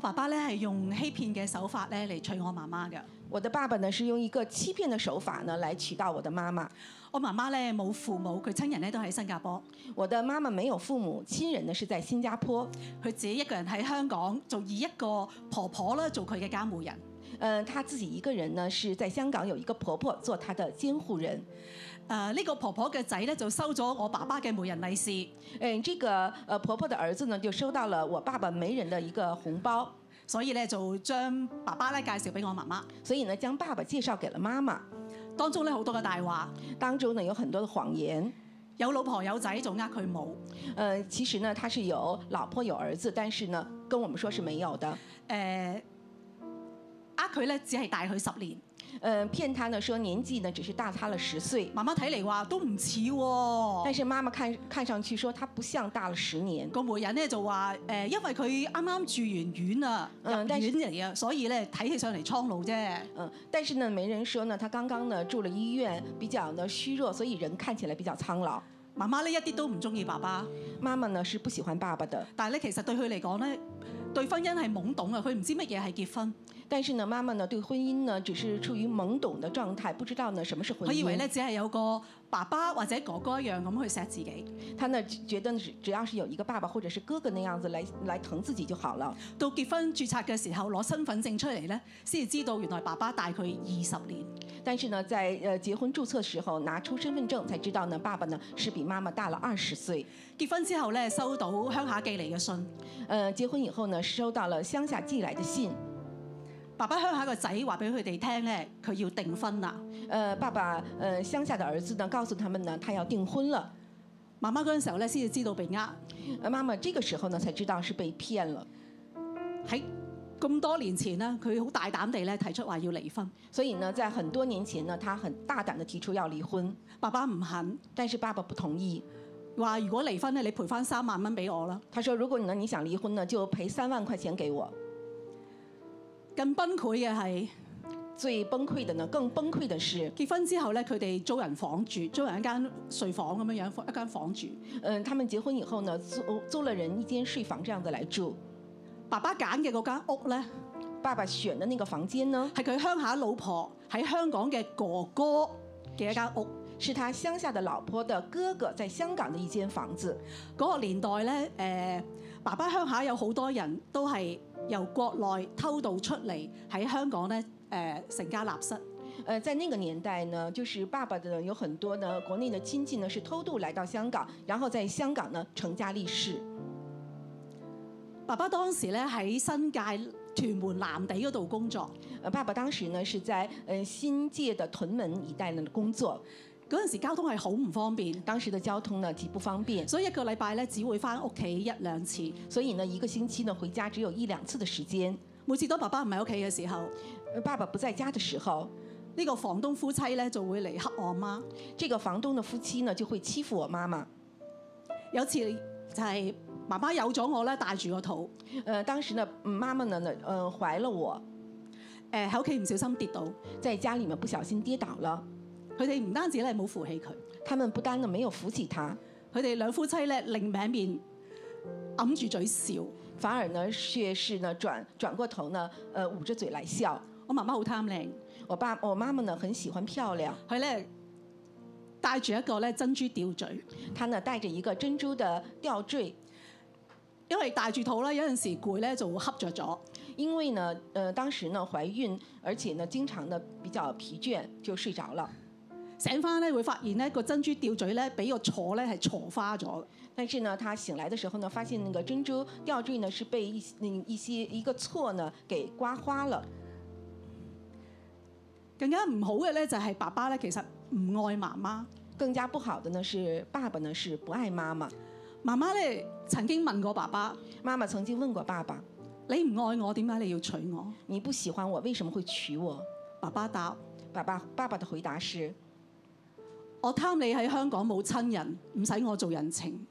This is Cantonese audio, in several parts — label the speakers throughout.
Speaker 1: 爸爸咧係用欺騙嘅手法咧嚟娶我媽媽嘅。
Speaker 2: 我的爸爸呢是用一个欺骗的手法呢来娶到我的妈妈。
Speaker 1: 我媽媽咧冇父母，佢親人咧都喺新加坡，
Speaker 2: 我的妈妈没有父母，亲人呢是在新加坡。
Speaker 1: 佢自己一個人喺香港，就以一個婆婆啦做佢嘅監護人。
Speaker 2: 嗯、她自己一个人呢是在香港有一个婆婆做她的监护人。
Speaker 1: 誒、呢、個婆婆嘅仔咧就收咗我爸爸嘅媒人利是，
Speaker 2: 嗯、这个呃婆婆的儿子呢就收到了我爸爸媒人的一个红包，
Speaker 1: 所以咧就將爸爸咧介紹俾我媽媽。
Speaker 2: 所以呢将爸爸介绍给了妈妈。
Speaker 1: 當中咧好多嘅大話，
Speaker 2: 当中呢有很多的谎言。
Speaker 1: 有老婆有仔就呃佢冇。誒、
Speaker 2: 呃，其实呢他是有老婆有儿子，但是呢跟我们说是没有的。
Speaker 1: 呃佢咧只係大佢十年，
Speaker 2: 嗯，骗他呢说年纪呢只是大他了十岁，
Speaker 1: 媽媽睇嚟話都唔似
Speaker 2: 但
Speaker 1: 喎。
Speaker 2: 是妈妈看看上去说他不像大了十年。
Speaker 1: 個媒人咧就話誒、呃因為佢啱啱住完院啊，入
Speaker 2: 嗯但是
Speaker 1: 院嚟啊，所以咧睇起上嚟蒼老啫。
Speaker 2: 嗯，但是呢，媒人说呢，他刚刚呢住了医院，比较呢虚弱，所以人看起来比较苍老。
Speaker 1: 媽媽呢一啲都唔中意爸爸，
Speaker 2: 妈妈呢是不喜欢爸爸的，
Speaker 1: 但係咧其實對佢嚟講咧，對婚姻係懵懂啊，佢唔知乜嘢係結婚，
Speaker 2: 但是呢，妈妈呢对婚姻呢只是處於懵懂的狀態，不知道呢什麼是婚
Speaker 1: 佢以為
Speaker 2: 姻。
Speaker 1: 咧只係有個爸爸或者哥哥一樣咁去錫自己。
Speaker 2: 她呢覺得只只要是有一個爸爸或者是哥哥那樣子来来疼自己就好了。
Speaker 1: 到結婚註冊嘅時候攞身份證出嚟咧，先至知道原來爸爸大佢二十年。
Speaker 2: 嗯但是呢，在呃結婚注冊時候拿出身份證才知道呢，爸爸呢是比媽媽大了二十歲。
Speaker 1: 結婚之後咧，收到鄉下寄嚟嘅信，
Speaker 2: 呃，結婚以後呢，收到了鄉下寄來的信。
Speaker 1: 爸爸鄉下個仔話俾佢哋聽咧，佢要訂婚啦。
Speaker 2: 呃，爸爸呃鄉下的兒子呢告訴他們呢，他要訂婚了。
Speaker 1: 媽媽嗰陣時候咧，先至知道被呃。
Speaker 2: 呃，媽媽这个时候呢才知道是被騙了，
Speaker 1: 喺咁多年前咧，佢好大膽地咧提出話要離婚，
Speaker 2: 所以呢，在很多年前呢，她很大膽的提出要离婚，
Speaker 1: 爸爸唔肯，
Speaker 2: 但是爸爸不同意。
Speaker 1: 話如果離婚咧，你賠翻三萬蚊俾我啦。
Speaker 2: 他说：“如果你呢你想离婚呢，就赔三万块钱给我。
Speaker 1: 更崩潰嘅係”
Speaker 2: 最崩溃的呢，更崩溃的是，
Speaker 1: 結婚之後咧，佢哋租人房住，租人一間睡房咁樣樣，一間房住。
Speaker 2: 嗯、他们结婚以后呢，租租了人一间睡房这样子来住。
Speaker 1: 爸爸揀嘅嗰間屋咧，
Speaker 2: 爸爸选的那个房间呢，
Speaker 1: 係佢鄉下老婆喺香港嘅哥哥嘅一間屋。
Speaker 2: 是他乡下的老婆的哥哥在香港的一间房子。
Speaker 1: 嗰個年代咧，誒、爸爸鄉下有好多人都係由國內偷渡出嚟喺香港咧，誒、成家立室。
Speaker 2: 呃，在那个年代呢，就是爸爸的有很多呢国内的亲戚呢是偷渡来到香港，然后在香港呢成家立室。
Speaker 1: 爸爸當時咧喺新界屯門南地嗰度工作，
Speaker 2: 呃，爸爸当时呢是在呃新界的屯门一带呢工作，
Speaker 1: 嗰陣時交通係好唔方便，
Speaker 2: 当时的交通呢极不方便，
Speaker 1: 所以一個禮拜咧只會翻屋企一兩次。
Speaker 2: 所以呢一个星期呢回家只有一兩次的时间。
Speaker 1: 每次當爸爸唔喺屋企嘅時候，呢、
Speaker 2: 呃爸爸不在家的时候，
Speaker 1: 個房東夫妻咧就會嚟恰我媽。
Speaker 2: 这个房东的夫妻呢就会欺负我妈妈。
Speaker 1: 有次就係媽媽有咗我咧，帶住個肚，
Speaker 2: 呃，当时呢嗯妈妈呢呢呃怀了我，
Speaker 1: 誒喺屋企唔小心跌倒，
Speaker 2: 在家里面不小心跌倒了，
Speaker 1: 佢哋唔單止咧冇扶起佢，
Speaker 2: 他们不单呢没有扶起她，
Speaker 1: 佢哋兩夫妻咧另名面揞住嘴笑。
Speaker 2: 反而呢却是呢转转过头呢呃捂着嘴来笑。
Speaker 1: 我媽媽好貪靚，
Speaker 2: 我爸我妈妈呢很喜欢漂亮，
Speaker 1: 佢咧帶住一個咧珍珠吊墜。
Speaker 2: 她呢戴着一个珍珠的吊坠，
Speaker 1: 因為大住肚啦，有陣時攰咧就會恰着咗。
Speaker 2: 因为呢，呃，当时呢怀孕，而且呢经常呢比较疲倦，就睡着了。
Speaker 1: 醒翻咧會發現咧個珍珠吊嘴咧俾個坐咧係坐花咗。
Speaker 2: 但是呢，她醒来的时候呢，发现那个珍珠吊坠呢是被一些那一些一个错呢给刮花了。
Speaker 1: 更加唔好嘅咧就係爸爸咧其實唔愛媽媽。
Speaker 2: 更加不好的呢是，爸爸呢是不爱妈妈。
Speaker 1: 媽媽咧曾經問過爸爸：
Speaker 2: 妈妈曾经问过爸爸
Speaker 1: 你唔愛我，點解你要娶我？：“
Speaker 2: 你不喜欢我，为什么会娶我
Speaker 1: 爸爸答：？”
Speaker 2: 爸爸爸爸的回答是
Speaker 1: 我貪你喺香港冇親人，唔使我做人情。：“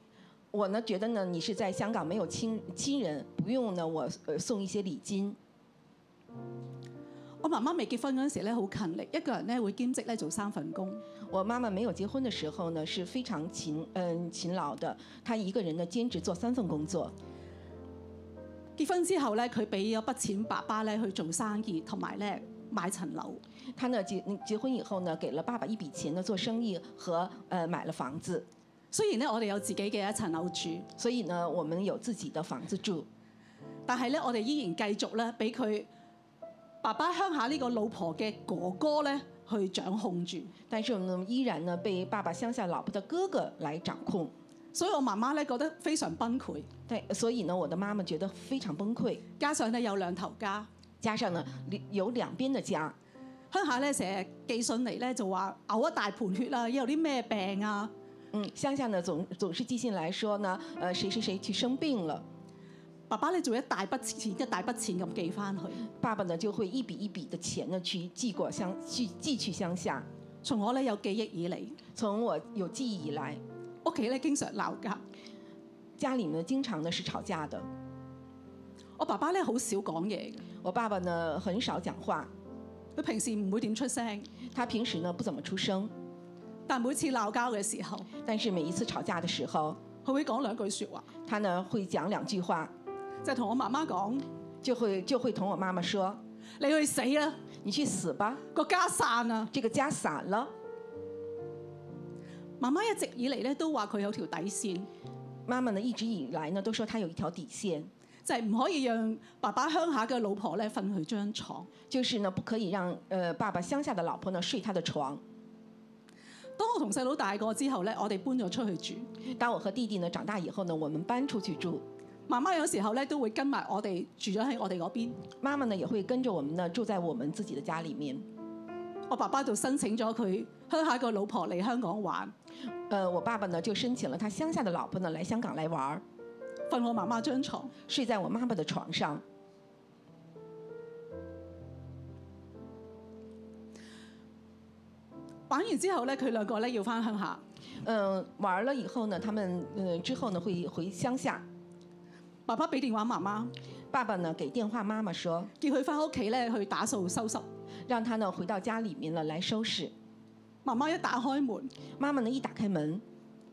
Speaker 2: 我呢觉得呢你是在香港没有亲亲人，不用呢我呃送一些礼金。
Speaker 1: 我媽媽未結婚嗰陣時咧好勤力，一個人咧會兼職咧做三份工。
Speaker 2: 我妈妈没有结婚的时候呢，是非常勤嗯勤劳的，她一个人呢兼职做三份工作。
Speaker 1: 結婚之後咧，佢俾咗筆錢爸爸咧去做生意，同埋咧買層樓。
Speaker 2: 他呢结结婚以后呢，给了爸爸一笔钱呢做生意和呃买了房子，
Speaker 1: 雖然咧我哋有自己嘅一層樓住，
Speaker 2: 所以呢我们有自己的房子住。
Speaker 1: 但係咧我哋依然繼續咧俾佢爸爸鄉下呢個老婆嘅哥哥咧去掌控住。
Speaker 2: 但是我们依然呢被爸爸乡下老婆的哥哥来掌控，
Speaker 1: 所以我媽媽咧覺得非常崩潰，
Speaker 2: 对，所以呢我的妈妈觉得非常崩溃。
Speaker 1: 加上咧有兩頭家，
Speaker 2: 加上呢里有两边的家，
Speaker 1: 鄉下咧成日寄信嚟咧就話嘔一大盤血啦，有啲咩病啊？
Speaker 2: 嗯，乡下呢总总是寄信来说呢，呃谁谁谁去生病了，
Speaker 1: 爸爸咧做一大筆錢一大筆錢咁寄翻去。
Speaker 2: 爸爸呢就会一笔一笔的钱呢去寄过乡去寄去乡下。
Speaker 1: 從我咧有記憶以嚟，
Speaker 2: 从我有记忆以来，
Speaker 1: 屋企咧經常鬧交。
Speaker 2: 家里呢经常呢是吵架的，
Speaker 1: 我爸爸咧好少講嘢嘅，
Speaker 2: 我爸爸呢很少讲话，
Speaker 1: 佢平時唔會點出聲，
Speaker 2: 他平时呢不怎么出声，
Speaker 1: 但每次鬧交嘅時候，
Speaker 2: 但是每一次吵架的时候，
Speaker 1: 佢會講兩句説話，
Speaker 2: 他呢会讲两句话，
Speaker 1: 就同我媽媽講：
Speaker 2: 就会就会同我妈妈说
Speaker 1: 你去死啦，：“
Speaker 2: 你去死吧，
Speaker 1: 個家散啊！
Speaker 2: 这个家散了。”
Speaker 1: 媽媽一直以嚟咧都話佢有條底線，
Speaker 2: 妈妈呢一直以来呢都说她有一条底线，
Speaker 1: 就係、唔可以讓爸爸鄉下嘅老婆咧瞓佢張床。
Speaker 2: 就是呢不可以让呃爸爸乡下的老婆呢睡他的床。
Speaker 1: 當我同細佬大個之後咧，我哋搬咗出去住，
Speaker 2: 当我和弟弟呢长大以后呢，我们搬出去住，
Speaker 1: 媽媽有時候咧都會跟埋我哋住咗喺我哋嗰邊。
Speaker 2: 妈妈呢也会跟着我们呢住在我们自己的家里面。
Speaker 1: 我爸爸就申請咗佢鄉下個老婆嚟香港玩，
Speaker 2: 呃，我爸爸呢就申请了他乡下的老婆呢来香港来玩儿，
Speaker 1: 瞓我媽媽張床。
Speaker 2: 睡在我妈妈的床上。
Speaker 1: 玩完之後咧，佢兩個咧要翻鄉下。
Speaker 2: 嗯、玩儿了以后呢，他们呃之后呢会回乡下。
Speaker 1: 爸爸俾電話媽媽，
Speaker 2: 爸爸呢给电话妈妈说，
Speaker 1: 叫佢翻屋企咧去打掃收拾。
Speaker 2: 让他呢回到家里面呢来收拾。
Speaker 1: 媽媽一打開門，
Speaker 2: 妈妈呢一打开門，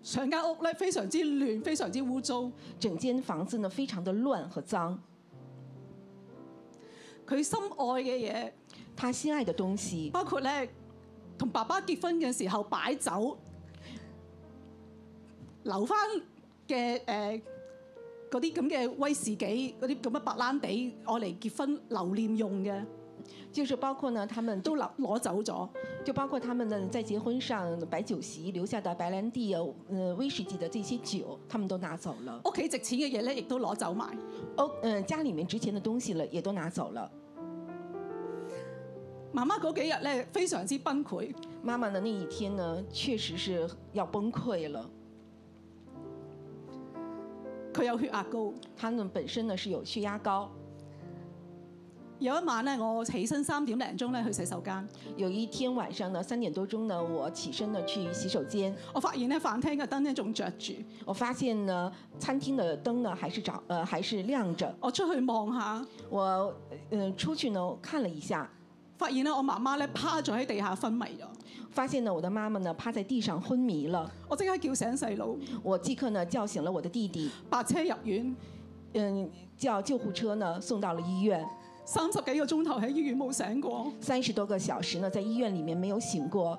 Speaker 1: 上間屋咧非常之亂，非常之污糟。
Speaker 2: 整间房子呢非常的乱和脏。
Speaker 1: 佢心愛嘅嘢，
Speaker 2: 他心爱的东西，
Speaker 1: 包括咧同爸爸結婚嘅時候擺酒，留翻嘅誒嗰啲咁嘅威士忌，嗰啲咁嘅白蘭地，我嚟結婚留念用嘅，
Speaker 2: 就是包括呢，他们
Speaker 1: 都
Speaker 2: 都
Speaker 1: 攞攞走咗。
Speaker 2: 就包括他们呢在结婚上摆酒席留下的白兰地、呃威士忌的这些酒，他们都拿走了。
Speaker 1: 屋企值錢嘅嘢咧，亦都攞走埋。
Speaker 2: 哦，嗯、家里面值钱的东西了也都拿走了。
Speaker 1: 媽媽嗰幾日咧非常之崩潰，
Speaker 2: 妈妈呢那一天呢，确实是要崩溃了。
Speaker 1: 佢有血壓高。
Speaker 2: 她呢本身呢是有血压高，
Speaker 1: 有一晚咧，我起身三點零鐘咧去洗手間，
Speaker 2: 有一天晚上呢三点多钟呢，我起身呢去洗手间，
Speaker 1: 我發現咧飯廳嘅燈咧仲着住，
Speaker 2: 我发现呢餐厅的灯呢还是着呃还是亮着。
Speaker 1: 我出去望下，
Speaker 2: 我嗯、呃出去呢看了一下，
Speaker 1: 發現咧我媽媽咧趴咗喺地下昏迷咗，
Speaker 2: 发现呢，我的妈妈呢趴在地上昏迷了。
Speaker 1: 我即刻叫醒細佬，
Speaker 2: 我即刻呢叫醒了我的弟弟，
Speaker 1: 白車入院，
Speaker 2: 嗯，叫救护车呢送到了医院。
Speaker 1: 三十幾個鐘頭喺醫院冇醒過，
Speaker 2: 三十多个小时呢，在医院里面没有醒过，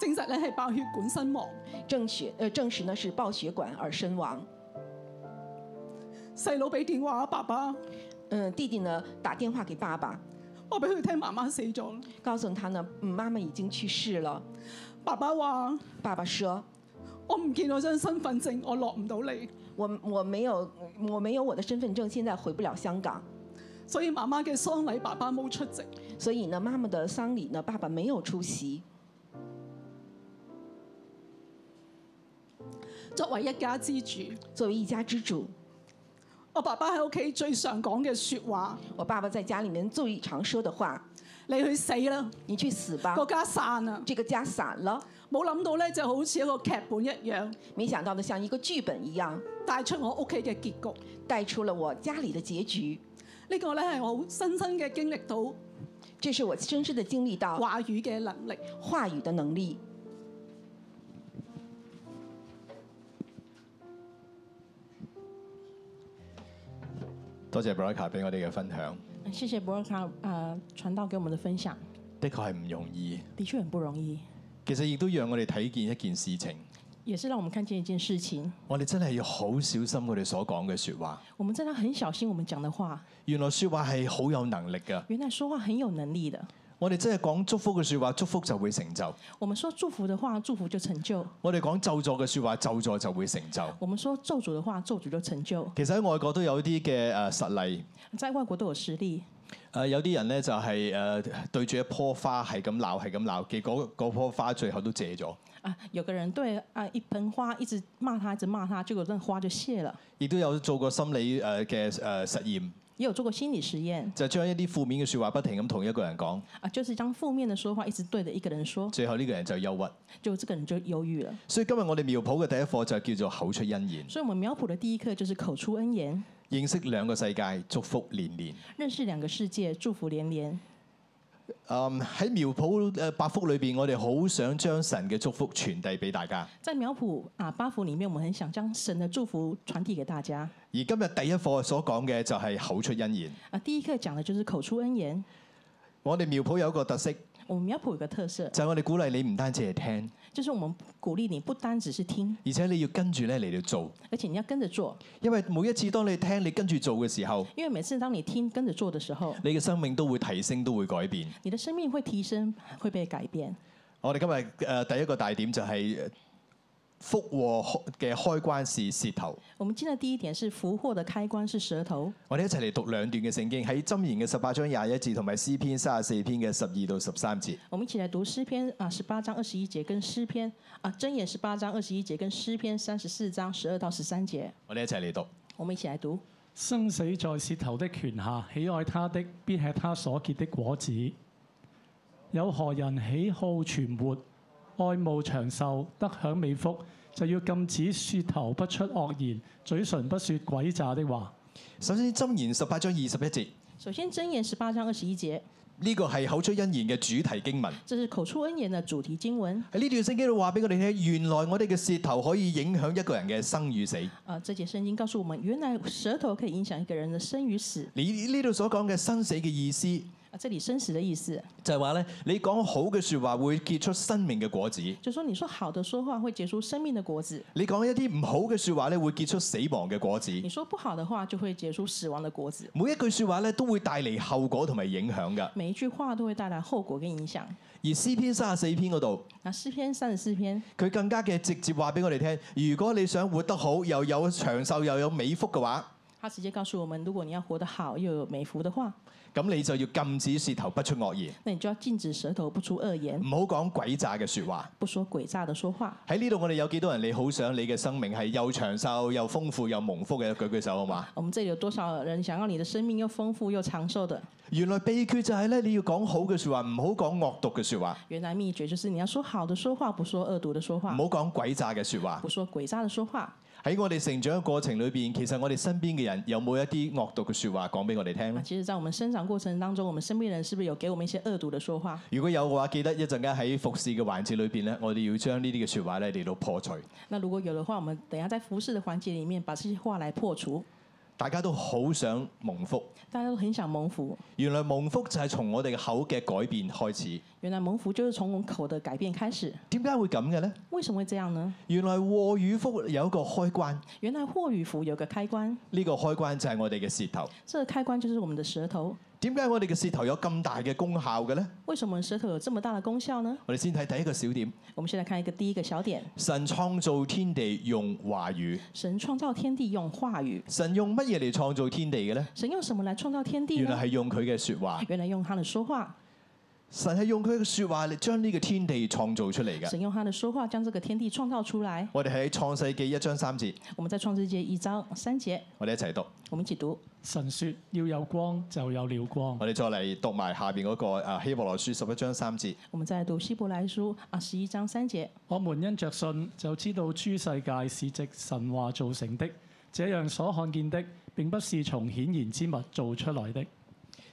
Speaker 1: 證實咧係爆血管身亡。
Speaker 2: 证血呃证实呢是爆血管而身亡。
Speaker 1: 細佬俾電話爸爸，
Speaker 2: 嗯，弟弟呢打电话给爸爸，
Speaker 1: 我俾佢聽媽媽死咗，
Speaker 2: 告诉他呢，嗯妈妈已经去世了。
Speaker 1: 爸爸話
Speaker 2: 爸爸说，
Speaker 1: 我唔見我張身份證，我落唔到嚟，
Speaker 2: 我我没有我没有我的身份证，现在回不了香港，
Speaker 1: 所以媽媽嘅喪禮爸爸冇出席。
Speaker 2: 所以呢妈妈的丧礼呢，爸爸没有出席。
Speaker 1: 作為一家之主，
Speaker 2: 作为一家之主，
Speaker 1: 我爸爸喺屋企最常講嘅説話：
Speaker 2: 我爸爸在家里面最常说的话，
Speaker 1: 你去死啦！
Speaker 2: 你去死吧
Speaker 1: 個！家散啊！
Speaker 2: 这个家散了，
Speaker 1: 冇諗到咧，就好似一個劇本一樣，
Speaker 2: 没想到的像一个剧本一样，
Speaker 1: 帶出我屋企嘅結局。
Speaker 2: 带出了我家里的结局。
Speaker 1: 呢、個咧係我深深嘅經歷到
Speaker 2: 这是我深深的经历到
Speaker 1: 話語嘅能力。
Speaker 2: 话语的能力。
Speaker 3: 多謝 Braca 俾我哋嘅分享，
Speaker 4: 谢谢博尔卡呃传道给我们的分享，
Speaker 3: 的確係唔容易。
Speaker 4: 的确很不容易，
Speaker 3: 其實亦都讓我哋睇見一件事情，
Speaker 4: 也是让我们看见一件事情，
Speaker 3: 我哋真係要好小心我哋所講嘅説話。
Speaker 4: 我們真的很小心我们讲的话，
Speaker 3: 原來説話係好有能力㗎。
Speaker 4: 原来说话很有能力的。
Speaker 3: 我哋真係講祝福嘅説話，祝福就會成就；
Speaker 4: 我们说祝福的话，祝福就成就；
Speaker 3: 我哋講咒詛嘅説話，咒詛就會成就。
Speaker 4: 我们说咒诅的话，咒诅就成就。
Speaker 3: 其實喺外國都有啲嘅誒實例，
Speaker 4: 在外國都有實例，
Speaker 3: 誒、有啲人咧就係、誒、對住一棵花係咁鬧係咁鬧，結果嗰棵花最後都謝咗。
Speaker 4: 啊，有個人對啊一盆花一直罵他，一直罵他，結果那花就謝了。
Speaker 3: 亦都有做過心理誒嘅誒實驗，
Speaker 4: 也有做過心理實驗
Speaker 3: 就將一啲負面嘅説話不停咁同一個人講，
Speaker 4: 啊，就是將負面的說話一直對着一個人說，
Speaker 3: 最後呢個人就憂鬱。
Speaker 4: 就這個人就憂鬱了。
Speaker 3: 所以今日我哋苗圃嘅第一課就叫做口出恩言，
Speaker 4: 所以，我們苗圃的第一課就是口出恩言，
Speaker 3: 認識兩個世界，祝福連連。
Speaker 4: 認識兩個世界，祝福連連。
Speaker 3: 嗯喺苗圃誒百福裏邊，我哋好想將神嘅祝福傳遞俾大家。
Speaker 4: 在苗圃啊八福裡面，我們很想將神的祝福傳遞給大家。
Speaker 3: 而今日第一課所講嘅就係口出恩言。
Speaker 4: 啊，第一課講的就是口出恩言。
Speaker 3: 我哋苗圃有一個特色，
Speaker 4: 我們苗圃有個特色，
Speaker 3: 就係、我哋鼓勵你唔單止係聽，
Speaker 4: 就是我們鼓勵你不單只是聽，
Speaker 3: 而且你要跟住咧嚟到做。
Speaker 4: 而且你要跟着做，
Speaker 3: 因為每一次當你聽，你跟住做嘅時候，
Speaker 4: 因為每次當你聽跟着做的時候，
Speaker 3: 你嘅生命都會提升，都會改變。
Speaker 4: 你的生命會提升，會被改變。
Speaker 3: 我哋今日誒、呃第一個大點就係、呃福禍開嘅開關是舌頭。
Speaker 4: 我們今天的第一點是福禍的開關是舌頭，
Speaker 3: 我哋一齊嚟讀兩段嘅聖經，喺箴言嘅十八章廿一節同埋詩篇三十四篇嘅十二到十三節。
Speaker 4: 我們一起來讀詩篇啊十八章二十一節跟詩篇啊箴言十八章二十一節跟詩篇三十四章十二到十三節，
Speaker 3: 我哋一齊嚟讀。
Speaker 4: 我們一起來讀。
Speaker 5: 生死在舌頭的權下，喜愛他的必吃他所結的果子。有何人喜好存活，愛慕長壽，得享美福，就要禁止舌頭不出惡言，嘴唇不說詭詐的話。
Speaker 3: 首先箴言十八章二十一節，
Speaker 4: 首先箴言十八章二十一節，
Speaker 3: 呢、個係口出恩言嘅主題經文。
Speaker 4: 這是口出恩言的主題經文。
Speaker 3: 喺呢段聖經度話俾我哋聽，原來我哋嘅舌頭可以影響一個人嘅生與死。
Speaker 4: 啊，這節聖經告訴我們，原來舌頭可以影響一個人的生與死。
Speaker 3: 你呢度所講嘅生死嘅意思，
Speaker 4: 啊，這裡生死的意思，
Speaker 3: 就係話咧，你講好嘅説話會結出生命嘅果子；
Speaker 4: 就說你說好的說話會結出生命的果子，
Speaker 3: 你講一啲唔好嘅説話咧，會結出死亡嘅果子。
Speaker 4: 你說不好的話就會結出死亡的果子。
Speaker 3: 每一句説話咧，都會帶嚟後果同埋影響㗎。
Speaker 4: 每一句話都會帶來後果跟影響。
Speaker 3: 而詩篇三十四篇嗰度，
Speaker 4: 那詩篇三十四篇，
Speaker 3: 佢更加嘅直接話俾我哋聽：如果你想活得好，又有長壽，又有美福嘅話，
Speaker 4: 他直接告訴我們，如果你要活得好又有美福的話，
Speaker 3: 咁你就要禁止舌頭不出惡言，
Speaker 4: 那你就要禁止舌頭不出惡言
Speaker 3: 唔，好講鬼詐嘅説話。
Speaker 4: 不說詭詐的說話。
Speaker 3: 喺呢度，我哋有幾多人你好想你嘅生命係又長壽、又豐富、又蒙福嘅？舉舉手好嘛？
Speaker 4: 我們這裡有多少人想要你的生命又豐富又長壽的？
Speaker 3: 原來秘訣就係咧，你要講好嘅説話，唔好講惡毒嘅説話，
Speaker 4: 原來秘訣就是你要說好的說話，不說惡毒的說
Speaker 3: 唔
Speaker 4: 話
Speaker 3: 好，講鬼詐嘅説話
Speaker 4: 不。說詭詐的說話。
Speaker 3: 喺我哋成長嘅過程裏邊，其實我哋身邊嘅人有冇一啲惡毒嘅説話講俾我哋聽
Speaker 4: 那
Speaker 3: 咧？
Speaker 4: 啊其實，在我們生長過程當中，我們身邊人是不是有給我們一些惡毒的說話？
Speaker 3: 如果有嘅話，記得一陣間喺服侍嘅環節裏邊咧，我哋要將呢啲嘅説話咧嚟到破除。
Speaker 4: 那如果有的話，我們等一下在服侍的環節裡面把這些話來破除。
Speaker 3: 大家都好想蒙福，
Speaker 4: 大家都很想蒙福，
Speaker 3: 原來蒙福就係從我哋嘅口嘅改變開始。
Speaker 4: 原來蒙福就是從我們口的改變開始。
Speaker 3: 點解會咁嘅呢？
Speaker 4: 為什麼會這樣呢？
Speaker 3: 原來禍與福有一個開關，呢、
Speaker 4: 原來禍與福有個開關，
Speaker 3: 個開關就係我哋嘅舌頭。
Speaker 4: 這個開關就是我們的舌頭。
Speaker 3: 點解我哋嘅舌頭有咁大嘅功效嘅呢？
Speaker 4: 為什麼舌頭有這麼大的功效呢？
Speaker 3: 我哋先睇第一個小點，
Speaker 4: 我們先來看一個第一個小點：
Speaker 3: 神創造天地用話語。
Speaker 4: 神創造天地用話語。
Speaker 3: 神用乜嘢嚟創造天地嘅呢？
Speaker 4: 神用什麼來創造天地
Speaker 3: 原
Speaker 4: 呢？
Speaker 3: 來係用佢嘅説話。
Speaker 4: 原來用他的說話，
Speaker 3: 神係用佢嘅説話嚟將呢個天地創造出嚟嘅。
Speaker 4: 神用他的說話將這個天地創造出來。
Speaker 3: 我哋喺創世記一章三節，
Speaker 4: 我們在創世記一章三節，
Speaker 3: 我哋一齊讀。
Speaker 4: 我們一起讀。
Speaker 5: 神說要有光，就有了光。
Speaker 3: 我哋再嚟讀埋下邊嗰、個啊希伯來書十一章三節。
Speaker 4: 我們再來讀希伯來書啊十一章三節。
Speaker 5: 我們因着信就知道諸世界是藉神話造成的，這樣所看見的並不是從顯然之物做出來的。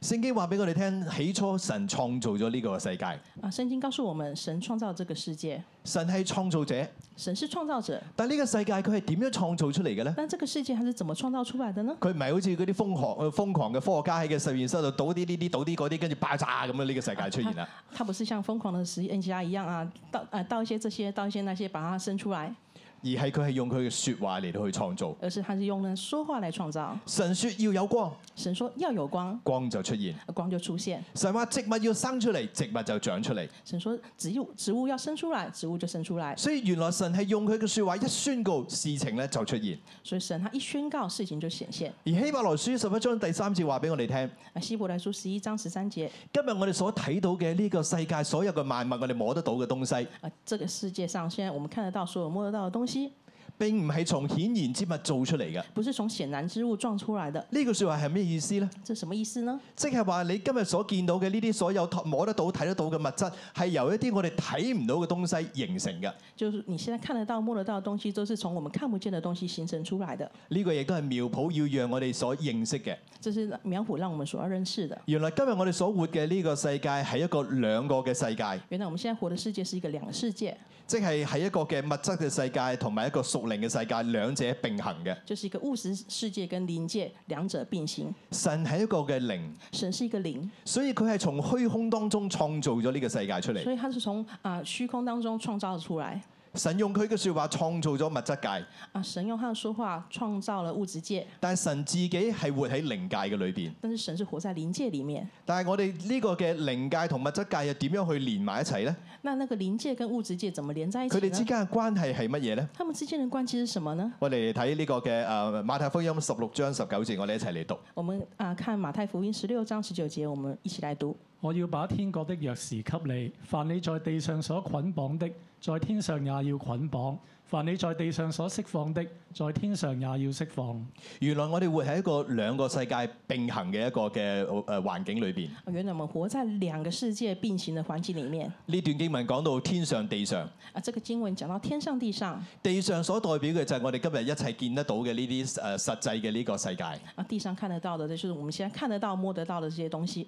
Speaker 3: 聖經話俾我哋聽，起初神創造咗呢個世界，
Speaker 4: 啊，圣经告诉我们，神创造这个世界，
Speaker 3: 神係創造者，
Speaker 4: 神是创造者，
Speaker 3: 但呢個世界佢係點樣創造出嚟嘅呢？
Speaker 4: 但这个世界它是怎么创造出來的呢？
Speaker 3: 佢唔係好似嗰啲瘋狂呃瘋狂嘅科學家喺嘅實驗室度倒啲呢啲倒啲嗰啲，跟住爆炸咁樣呢個世界出現啦。
Speaker 4: 它不是像疯狂的实验家一样啊，倒啊倒一些这些，倒一些那些，把它生出來，
Speaker 3: 而係佢係用佢嘅説話嚟到去創造。
Speaker 4: 而是它是用呢说话来创造。
Speaker 3: 神說要有光，
Speaker 4: 神说要有光，啊
Speaker 3: 光就出現。
Speaker 4: 光就出現；
Speaker 3: 神話植物要生出嚟，植物就長出嚟。
Speaker 4: 神说植物植物要生出來，植物就生出來。
Speaker 3: 所以原來神係用佢嘅説話一宣告，事情咧就出現。
Speaker 4: 所以神他一宣告，事情就顯現。
Speaker 3: 而希伯來書十一章第三節話俾我哋聽，
Speaker 4: 啊，希伯来书十一章十三节，
Speaker 3: 今日我哋所睇到嘅呢個世界所有嘅萬物，我哋摸得到嘅東西，
Speaker 4: 啊，这个世界上现在我们看得到、所有摸得到的東西，
Speaker 3: 並唔係從顯然之物做出嚟嘅。
Speaker 4: 不是從顯然之物撞出來的，
Speaker 3: 呢句説話係咩意思呢？
Speaker 4: 这什麼意思呢？
Speaker 3: 即係話你今日所見到嘅呢啲所有摸得到、睇得到嘅物質，係由一啲我哋睇唔到嘅東西形成嘅。
Speaker 4: 就是你現在看得到、摸得到的東西，都是從我們看不見的東西形成出來的。
Speaker 3: 呢、個亦都係妙普要讓我哋所認識嘅。
Speaker 4: 这是苗圃讓我們所要認識的。
Speaker 3: 原來今日我哋所活嘅呢個世界係一個兩個嘅世界，
Speaker 4: 原來我們現在活的世界是一個兩個世界，
Speaker 3: 即係係一個嘅物質嘅世界同埋一個屬靈嘅世界，兩者並行嘅。
Speaker 4: 就是一個物質世界跟靈界兩者並行。
Speaker 3: 神係一個嘅靈，
Speaker 4: 神是一個靈，
Speaker 3: 所以佢係從虛空當中創造咗呢個世界出
Speaker 4: 所
Speaker 3: 嚟。
Speaker 4: 以它是從啊虛空當中創造出來。
Speaker 3: 神用佢嘅説話創造咗物質界，
Speaker 4: 啊，神用他的說話創造了物質界，
Speaker 3: 但係神自己係活喺靈界嘅裏邊。
Speaker 4: 但是神是活在靈界裡面。
Speaker 3: 但係我哋呢個嘅靈界同物質界又點樣去連埋一齊呢？
Speaker 4: 那那個靈界跟物質界怎麼連在一
Speaker 3: 佢
Speaker 4: 起
Speaker 3: 哋之
Speaker 4: 呢？
Speaker 3: 間嘅關係係乜嘢呢？
Speaker 4: 他們之間的關係是什麼呢？
Speaker 3: 我哋嚟睇呢個嘅誒馬太福音十六章十九節，我哋一齊嚟讀。
Speaker 4: 我們啊，看馬太福音十六章十九節，我們一起來讀。
Speaker 5: 我要把天國的鑰匙給你，凡你在地上所捆綁的，在天上也要捆綁；凡你在地上所釋放的，在天上也要釋放。
Speaker 3: 原來我哋活喺一個兩個世界並行嘅一個嘅誒環境裏邊。
Speaker 4: 啊原來我們活在兩個世界並行的環境裡面。
Speaker 3: 呢段經文講到天上地上，
Speaker 4: 啊，這個經文講到天上地上，
Speaker 3: 地上所代表嘅就係我哋今日一切見得到嘅呢啲誒實際嘅呢個世界，而
Speaker 4: 啊，地上看得到的，就是我們現在看得到、摸得到的這些東西。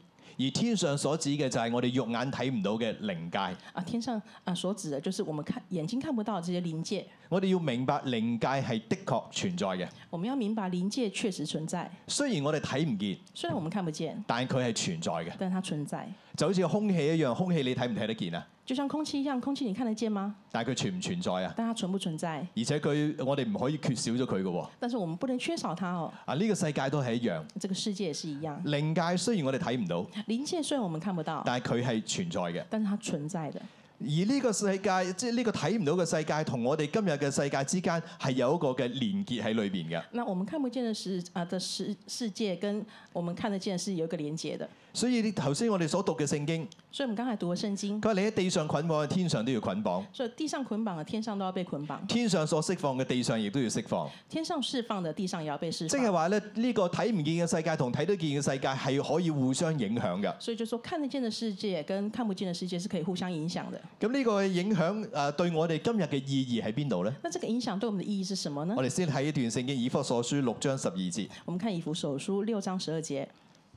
Speaker 3: 天上所指嘅就係我哋肉眼睇唔到嘅靈界。
Speaker 4: 啊，天上啊所指的就是我們看眼睛看不到的這些靈界。
Speaker 3: 我哋要明白靈界係的確存在嘅，
Speaker 4: 我們要明白靈界確實存在，
Speaker 3: 雖然我哋睇唔見，
Speaker 4: 雖然我們看不見，
Speaker 3: 但佢係存在嘅，
Speaker 4: 但它存在。
Speaker 3: 就好似空氣一樣，空氣你睇唔睇得見啊？
Speaker 4: 就像空氣一樣，空氣你看得見嗎？
Speaker 3: 但係佢存唔存在啊？
Speaker 4: 但它存不存在？
Speaker 3: 而且佢我哋唔可以缺少咗佢嘅喎。
Speaker 4: 但是我們不能缺少它哦。
Speaker 3: 啊，呢、個世界都係一樣，
Speaker 4: 這個世界也是一樣，
Speaker 3: 靈界雖然我哋睇唔到。
Speaker 4: 靈界雖然我們看不到，
Speaker 3: 但係佢係存在嘅。
Speaker 4: 但是它存在的。
Speaker 3: 而呢個世界，即係呢個睇唔到嘅世界，同我哋今日嘅世界之間係有一個嘅連結喺裏邊嘅。
Speaker 4: 那我們看不見的世啊的世世界，跟我們看得見的是有一個連接的。
Speaker 3: 所以你頭先我哋所讀嘅聖經，
Speaker 4: 所以我們剛才讀了聖經，
Speaker 3: 佢話你喺地上捆綁，天上都要捆綁；
Speaker 4: 所以地上捆綁的，天上都要被捆綁；
Speaker 3: 天上所釋放嘅，地上亦都要釋放。
Speaker 4: 天上釋放的，地上也要被釋
Speaker 3: 即係
Speaker 4: 放。
Speaker 3: 話咧，呢、個睇唔見嘅世界同睇得見嘅世界係可以互相影響嘅。
Speaker 4: 所以就說，看得見的世界跟看不見的世界是可以互相影響的。
Speaker 3: 咁呢個影響誒、呃、對我哋今日嘅意義喺邊度呢？
Speaker 4: 那這個影響對我們的意義是什麼呢
Speaker 3: 我？哋先睇一段聖經以弗所書六章十二節。
Speaker 4: 我們看以弗所書六章十二節。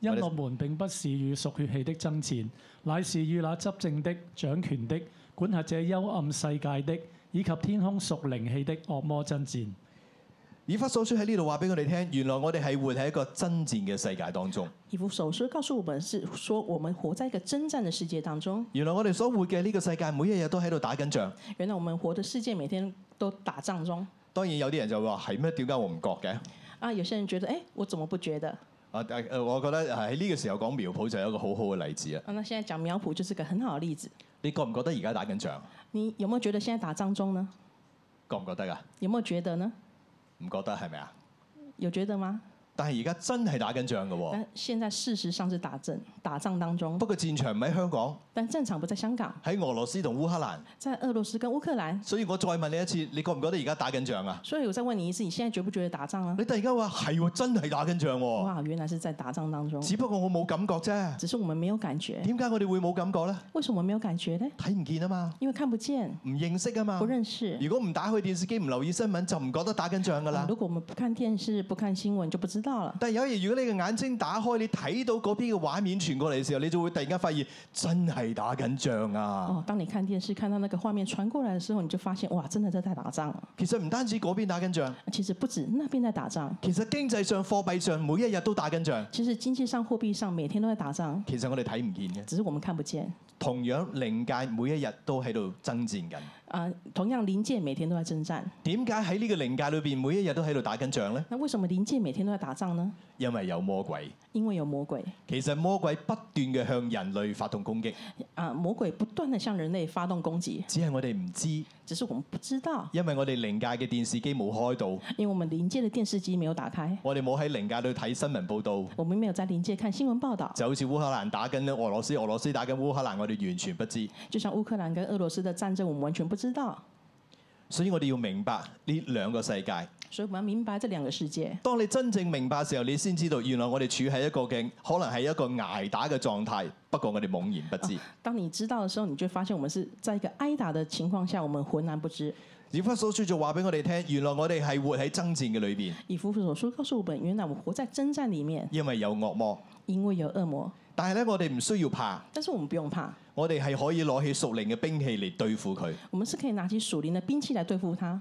Speaker 5: 因我們並不是與屬血氣的爭戰，乃是與那執政的、掌權的、管轄這幽暗世界的，以及天空屬靈氣的惡魔爭戰。
Speaker 3: 以弗所書喺呢度話俾我哋聽，原來我哋係活喺一個爭戰嘅世界當中。
Speaker 4: 以弗所書告訴我們是說，我們活在一個征戰的世界當中。
Speaker 3: 原來我哋所活嘅呢個世界，每一日都喺度打緊仗。
Speaker 4: 原來我們活的世界每天都打仗中
Speaker 3: 當然有啲人就會話係咩？點解我唔覺嘅？
Speaker 4: 啊！有些人覺得，哎，我怎麼不覺得？
Speaker 3: 啊啊呃我覺得喺呢個時候講苗圃就有一個好好嘅例子啊！
Speaker 4: 啊，那現在講苗圃就是個很好的例子。
Speaker 3: 你覺唔覺得而家打緊仗？
Speaker 4: 你有沒有覺得現在打仗中呢？
Speaker 3: 覺唔覺得啊？
Speaker 4: 有沒有覺得呢？
Speaker 3: 唔覺得係咪啊？
Speaker 4: 有覺得嗎？
Speaker 3: 但係而家真係打緊仗嘅喎。
Speaker 4: 但現在事實上是打仗，打仗當中，
Speaker 3: 不過戰場唔喺香港，
Speaker 4: 但戰場不在香港，
Speaker 3: 喺俄羅斯同烏克蘭。
Speaker 4: 在俄羅斯跟烏克蘭。
Speaker 3: 所以我再問你一次，你覺唔覺得而家打緊仗啊？
Speaker 4: 所以我再問你一次，你現在覺不覺得打仗啊？
Speaker 3: 你突然間話係喎，真係打緊仗喎、
Speaker 4: 哇，原來是在打仗當中，
Speaker 3: 只不過我冇感覺啫。
Speaker 4: 只是我們沒有感覺。
Speaker 3: 點解我哋會冇感覺呢？
Speaker 4: 為什麼沒有感覺呢？
Speaker 3: 睇唔見啊嘛，
Speaker 4: 因為看不見，
Speaker 3: 唔認識啊嘛
Speaker 4: 不。認識。
Speaker 3: 如果唔打開電視機，唔留意新聞，就唔覺得打緊仗㗎
Speaker 4: 啊
Speaker 3: 啦。
Speaker 4: 如果我們不看電視、不看新聞，就不知道了。
Speaker 3: 但係有一日，如果你嘅眼睛打開，你睇到嗰邊嘅畫面傳過嚟嘅時候，你就會突然間發現真係打緊仗啊！
Speaker 4: 哦，当你看电视看到那个画面传过来的时候，你就发现哇，真的在打仗了。
Speaker 3: 其實唔單止嗰邊打緊仗，
Speaker 4: 其實不止那邊在打仗，
Speaker 3: 其實經濟上、貨幣上，每一日都打緊仗。
Speaker 4: 其實經濟上、貨幣上每天都在打仗，
Speaker 3: 其實我哋睇唔見嘅，
Speaker 4: 只是我們看不見。
Speaker 3: 同樣靈界每一日都喺度爭戰緊。
Speaker 4: 啊、同樣靈界每天都在征戰，
Speaker 3: 點解喺呢個靈界裏邊每一日都喺度打緊仗呢？
Speaker 4: 那為什麼靈界每天都在打仗呢？
Speaker 3: 因為有魔鬼。
Speaker 4: 因為有魔鬼
Speaker 3: 其實魔鬼不斷嘅向人類發動攻擊，
Speaker 4: 啊、魔鬼不斷的向人類發動攻擊，
Speaker 3: 只係我哋唔知，
Speaker 4: 只是我們不知道，
Speaker 3: 因為我哋靈界嘅電視機冇開到，
Speaker 4: 因為我們靈界的電視機沒有打開，
Speaker 3: 我哋冇喺靈界度睇新聞報導。
Speaker 4: 我們沒有在靈界看新聞報道，
Speaker 3: 就好似烏克蘭打緊俄羅斯，俄羅斯打緊烏克蘭，我哋完全不知。
Speaker 4: 就像烏克蘭跟俄羅斯的戰爭，我們完全不知道。
Speaker 3: 所以我哋要明白呢兩個世界。
Speaker 4: 所以我們要明白這兩個世界。
Speaker 3: 當你真正明白嘅時候，你先知道原來我哋處喺一個嘅可能係一個捱打嘅狀態，不過我哋懵然不知。
Speaker 4: 當你知道的時候，你就會發現我們是在一個挨打的情況下，我們渾然不知。
Speaker 3: 以弗所書就話俾我哋聽，原來我哋係活喺爭戰嘅裏邊，
Speaker 4: 以弗所書告訴我們，原來我們活在征戰裡面，
Speaker 3: 因為有惡魔。
Speaker 4: 因為有惡魔，
Speaker 3: 但係咧，我哋唔需要怕，
Speaker 4: 但是我們不用怕，
Speaker 3: 我哋係可以攞起屬靈嘅兵器嚟對付佢。
Speaker 4: 我們是可以拿起屬靈的兵器來對付他。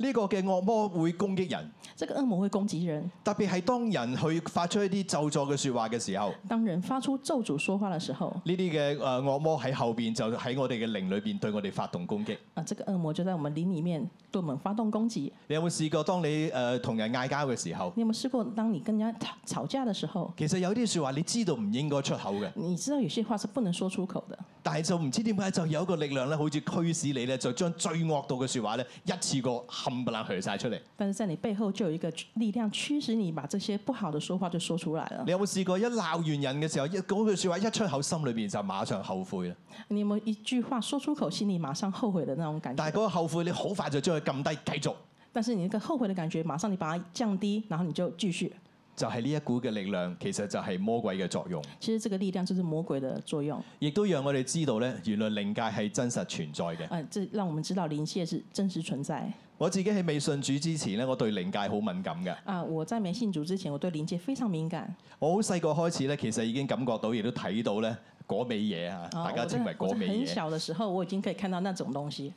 Speaker 3: 呢、個嘅惡魔會攻擊人，
Speaker 4: 這個惡魔會攻擊人，
Speaker 3: 特別係當人去發出一啲咒詛嘅説話嘅時候，
Speaker 4: 當人發出咒詛說話的時候，
Speaker 3: 呢啲嘅誒惡魔喺後邊就喺我哋嘅靈裏邊對我哋發動攻擊。
Speaker 4: 啊，這個惡魔就在我們靈裡面對我們發動攻擊。
Speaker 3: 你有冇試過當你誒同、人嗌交嘅時候，
Speaker 4: 你有沒有試過，當你跟人家吵吵架的時候，
Speaker 3: 其實有啲説話你知道唔應該出口嘅，
Speaker 4: 你知道有些話是不能說出口的，
Speaker 3: 但係就唔知點解就有一個力量咧，好似驅使你咧，就將最惡毒嘅説話咧一次過冚唪唥佢晒出嚟。
Speaker 4: 但是在你背後就有一個力量驅使你把這些不好的說話就說出來了
Speaker 3: 你。有冇試過一鬧完人嘅時候，一嗰句説話一出口，心裏邊就馬上後悔啦？
Speaker 4: 你有沒有一句話說出口，心裡馬上後悔的那種感
Speaker 3: 但係
Speaker 4: 覺？
Speaker 3: 嗰個後悔，你好快就將佢撳低，繼續
Speaker 4: 但是你那個後悔的感覺，馬上你把它降低，然後你就繼續。
Speaker 3: 就係呢一股嘅力量，其實就係魔鬼嘅作用，
Speaker 4: 其實這個力量就是魔鬼的作用。
Speaker 3: 亦都讓我哋知道咧，原來靈界係真實存在嘅。
Speaker 4: 嗯、這讓我們知道靈界是真實存在。
Speaker 3: 我自己喺未信主之前咧，我對靈界好敏感嘅。
Speaker 4: 啊、我在没信主之前，我對靈界非常敏感。
Speaker 3: 我好細個開始咧，其實已經感覺到，亦都睇到咧嗰味嘢嚇，
Speaker 4: 啊
Speaker 3: 大家稱為
Speaker 4: 我
Speaker 3: 嗰
Speaker 4: 在
Speaker 3: 味
Speaker 4: 很
Speaker 3: 嘢。
Speaker 4: 小的時候，我已經可以看到那種東西。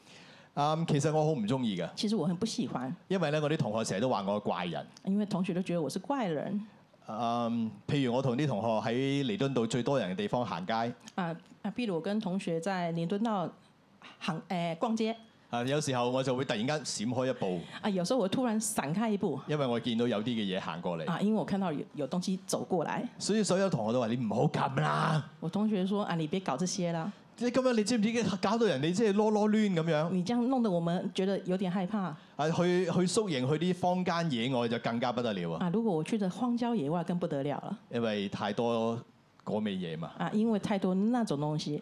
Speaker 3: 嗯，其實我好唔中意嘅，
Speaker 4: 其實我很不喜歡，
Speaker 3: 因為咧我啲同學成日都話我係怪人。
Speaker 4: 因為同學都覺得我是怪人。
Speaker 3: 嗯，譬如我同啲同學喺彌敦道最多人嘅地方行街，
Speaker 4: 啊啊，譬如我跟同學在彌敦道行誒、呃逛街
Speaker 3: 啊有時候我就會突然間閃開一步，
Speaker 4: 啊，有時候我突然閃開一步
Speaker 3: 因為我見到有啲嘅嘢行過嚟，
Speaker 4: 啊，因為我看到有有東西走過來，
Speaker 3: 所以所有同學都話你唔好撳啦。
Speaker 4: 我同學說啊，你別搞這些啦，
Speaker 3: 你今日你知唔知搞到人哋即係囉囉攣咁樣？
Speaker 4: 你這樣弄得我們覺得有點害怕
Speaker 3: 啊，去去宿營去啲坊間野外就更加不得了啊，
Speaker 4: 啊。如果我去的荒郊野外更不得了了
Speaker 3: 因為太多嗰味嘢嘛。
Speaker 4: 啊，因為太多那種東西。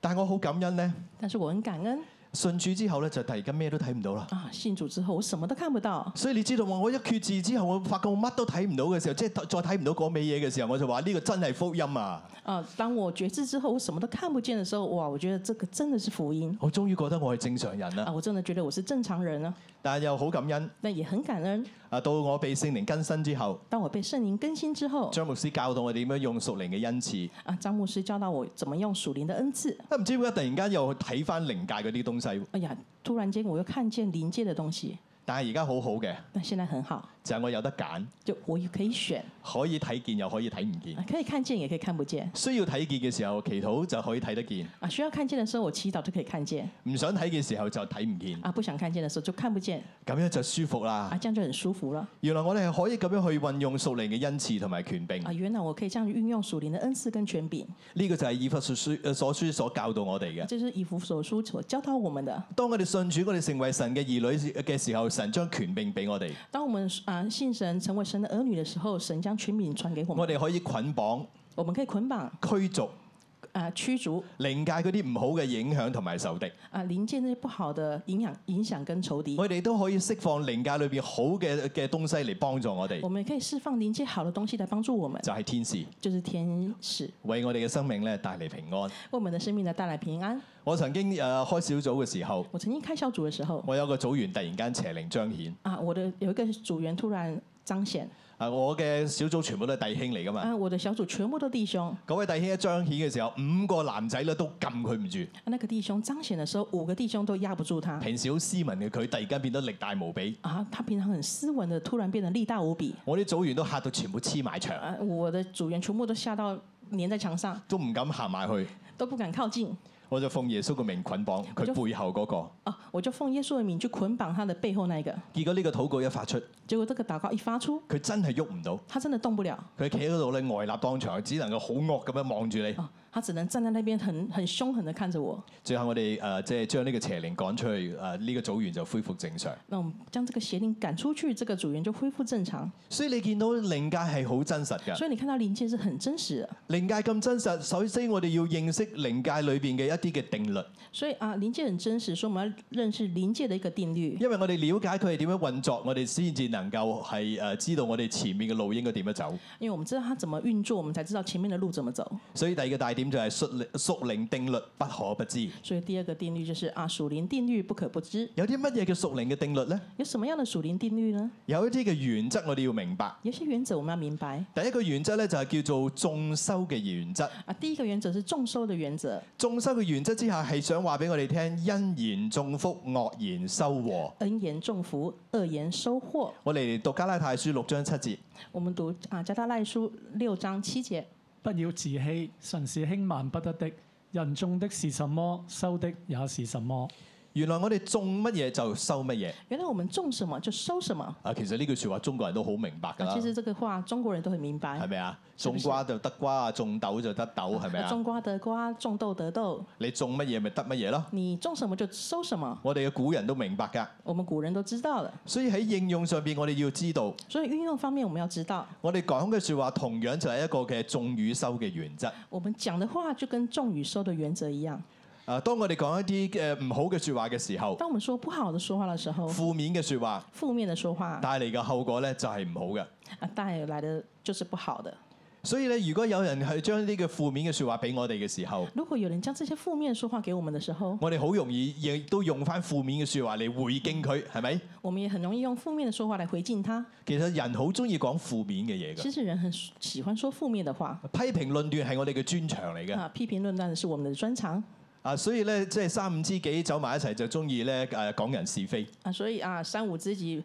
Speaker 3: 但係我好感恩咧。
Speaker 4: 但是我很感恩
Speaker 3: 信主之後咧，就突然間咩都睇唔到啦。
Speaker 4: 啊，信主之後我什麼都看不到
Speaker 3: 所以你知道嘛？我一決志之後，我發覺我乜都睇唔到嘅時候，即係再睇唔到嗰味嘢嘅時候，我就話呢個真係福音啊！
Speaker 4: 啊。當我覺知之後，我什麼都看不見的時候，哇，我覺得這個真的是福音
Speaker 3: 我終於覺得我係正常人
Speaker 4: 啊！
Speaker 3: 啦，
Speaker 4: 我真的覺得我是正常人啊，
Speaker 3: 但係又好感恩
Speaker 4: 但也很感恩。
Speaker 3: 啊！到我被聖靈更新之後，
Speaker 4: 當我被聖靈更新之後，
Speaker 3: 張牧師教導我點樣用屬靈嘅恩賜。
Speaker 4: 啊，张牧師教到我怎麼用屬靈的恩賜。
Speaker 3: 啊，唔知點解突然間又睇翻靈界嗰啲東西，
Speaker 4: 哎呀，突然間我又看見靈界的東西，
Speaker 3: 但係而家好好嘅
Speaker 4: 但現在很好，
Speaker 3: 就係、我有得揀，
Speaker 4: 就我也可以選，
Speaker 3: 可以睇見又可以睇唔見。
Speaker 4: 啊可以看見也可以看不見。
Speaker 3: 需要睇見嘅時候祈禱就可以睇得見，
Speaker 4: 啊，需要看見的時候，我祈禱就可以看見；
Speaker 3: 唔想睇嘅時候就睇唔見，
Speaker 4: 啊，不想看見的時候就看不見。
Speaker 3: 咁樣就舒服啦
Speaker 4: 啊，。這樣就很舒服了。
Speaker 3: 原來我哋係可以咁樣去運用屬靈嘅恩賜同埋權柄，
Speaker 4: 啊，
Speaker 3: 呢、
Speaker 4: 原來我可以這樣運用屬靈的恩賜跟權柄，
Speaker 3: 個就係以弗所書呃所書所教導我哋嘅。
Speaker 4: 這是以弗所書所教導我們的。
Speaker 3: 當我哋信主，我哋成為神嘅兒女嘅時候，神將權柄俾我哋，
Speaker 4: 當我們啊信神成為神的兒女的時候，神將權柄傳給我
Speaker 3: 我
Speaker 4: 們，
Speaker 3: 哋可以捆綁、
Speaker 4: 我們可以捆綁、
Speaker 3: 驅逐
Speaker 4: 啊驅逐、
Speaker 3: 靈界嗰啲唔好嘅影響同埋仇敵，
Speaker 4: 啊臨界那些不好的影響影響跟仇敵。
Speaker 3: 我哋都可以釋放靈界裏邊好嘅嘅東西嚟幫助我哋
Speaker 4: 我，们也可以釋放臨界好的東西來幫助我們，
Speaker 3: 就係天使
Speaker 4: 就是天使，
Speaker 3: 為我哋嘅生命咧帶嚟平安。
Speaker 4: 為我們的生命呢帶來平安。
Speaker 3: 我曾經誒、呃、開小組嘅時候，
Speaker 4: 我曾經開小組的時候，
Speaker 3: 我有個組員突然間邪靈彰顯，
Speaker 4: 啊，我的有一個組員突然彰显。
Speaker 3: 啊，我嘅小組全部都係弟兄嚟噶嘛。
Speaker 4: 啊，我的小组全部都弟兄，啊
Speaker 3: 嗰位弟兄一彰顯嘅時候，五個男仔咧都撳佢唔住。
Speaker 4: 那个弟兄彰显的时候，五个弟兄都压不住他。
Speaker 3: 平時好斯文嘅佢，突然間變得力大無比。
Speaker 4: 啊，他平常很斯文的，突然变得力大无比。
Speaker 3: 我啲組員都嚇到全部黐埋牆，
Speaker 4: 啊，我的组员全部都吓到粘在墙上，
Speaker 3: 都唔敢行埋去。
Speaker 4: 都不敢靠近。
Speaker 3: 我就奉耶穌嘅名捆綁佢
Speaker 4: 我就
Speaker 3: 背後嗰、個。
Speaker 4: 啊，我就奉耶穌的名去捆綁他的背后那一个。
Speaker 3: 結果呢個禱告一發出，
Speaker 4: 结果这个祷告一发出，
Speaker 3: 佢真係喐唔到，
Speaker 4: 他真的动不了
Speaker 3: 佢企喺嗰度咧呆立當場，只能夠好惡咁樣望住你。
Speaker 4: 啊，他只能站在那边很很凶狠的看着我。
Speaker 3: 最後我哋誒、呃即係將呢個邪靈趕出去，誒、呢、個組員就恢復正常。
Speaker 4: 那我们将这个邪灵赶出去，这个组员就恢复正常。
Speaker 3: 所以你見到靈界係好真實㗎，
Speaker 4: 所以你看到灵界是很真實的。
Speaker 3: 靈界咁真實，首先我哋要認識靈界裏邊嘅一啲嘅定律，
Speaker 4: 所以啊，灵界很真實，所以我们要认识灵界的一个定律。
Speaker 3: 因為我哋了解佢係點樣運作，我哋先至能夠係誒、呃知道我哋前面嘅路應該點樣走。
Speaker 4: 因为我们知道它怎么运作，我们才知道前面的路怎么走。
Speaker 3: 所以第二個大點就係屬靈屬靈定律不可不知。
Speaker 4: 所以第二个定律就是啊，屬灵定律不可不知。
Speaker 3: 有啲乜嘢叫屬靈嘅定律呢？
Speaker 4: 有什么样的屬灵定律呢？
Speaker 3: 有一啲嘅原則我哋要明白。
Speaker 4: 有些原则我们要明白
Speaker 3: 第一個原則咧就係叫做眾修嘅原則。
Speaker 4: 啊。第一个原则是重收的原则，
Speaker 3: 眾修嘅原則之下係想話俾我哋聽，因言種福，惡言收禍。
Speaker 4: 恩言重福，恶言收获。
Speaker 3: 我哋讀加拉太書六章七節，
Speaker 4: 我们读啊加拉赖书六章七节，
Speaker 5: 不要自欺，神是輕慢不得的。人種的是什麼，收的也是什麼。
Speaker 3: 原來我哋種乜嘢就收乜嘢。
Speaker 4: 原来我们种什么就收什么
Speaker 3: 啊，其實呢句説話中國人都好明白㗎
Speaker 4: 啊。
Speaker 3: 啦
Speaker 4: 其，實这个话中国人都很明
Speaker 3: 係
Speaker 4: 白，
Speaker 3: 咪啊？
Speaker 4: 是
Speaker 3: 種
Speaker 4: 不是
Speaker 3: 瓜就得瓜啊，種豆就得豆，係咪
Speaker 4: 啊
Speaker 3: 啊
Speaker 4: 种？瓜得瓜，种豆得豆，
Speaker 3: 你種乜嘢咪得乜嘢咯。
Speaker 4: 你种什么就收什么。
Speaker 3: 我哋嘅古人都明白㗎，
Speaker 4: 我们古人都知道了，
Speaker 3: 所以喺應用上邊，我哋要知道，
Speaker 4: 所以运用方面我们要知道，
Speaker 3: 我哋講嘅説話同樣就係一個嘅種與收嘅原則。
Speaker 4: 我们講的话就跟種與收的原则一樣。
Speaker 3: 啊，當我哋講一啲嘅唔好嘅説話嘅時候，
Speaker 4: 当我们说不好的说话的时候，
Speaker 3: 負面嘅説話
Speaker 4: 負面的说话
Speaker 3: 帶嚟嘅後果咧就係唔好嘅。
Speaker 4: 啊带来的就是不好的。
Speaker 3: 所以咧，如果有人係將呢個負面嘅説話俾我哋嘅時候，
Speaker 4: 如果有人將這些負面说話給我們的時候，
Speaker 3: 我哋好容易亦都用翻負面嘅説話嚟回敬佢，係咪？
Speaker 4: 我們也很容易用負面的说話來回敬他。
Speaker 3: 其實人好中意講負面嘅嘢
Speaker 4: 其
Speaker 3: 㗎，
Speaker 4: 實人很喜歡說負面的話
Speaker 3: 批評論斷係我哋嘅專長嚟嘅。
Speaker 4: 啊，批評論斷是我們的專長
Speaker 3: 啊，所以咧，即係三五知己走埋一齊就中意咧誒講人是非。
Speaker 4: 啊，所以啊，三五知己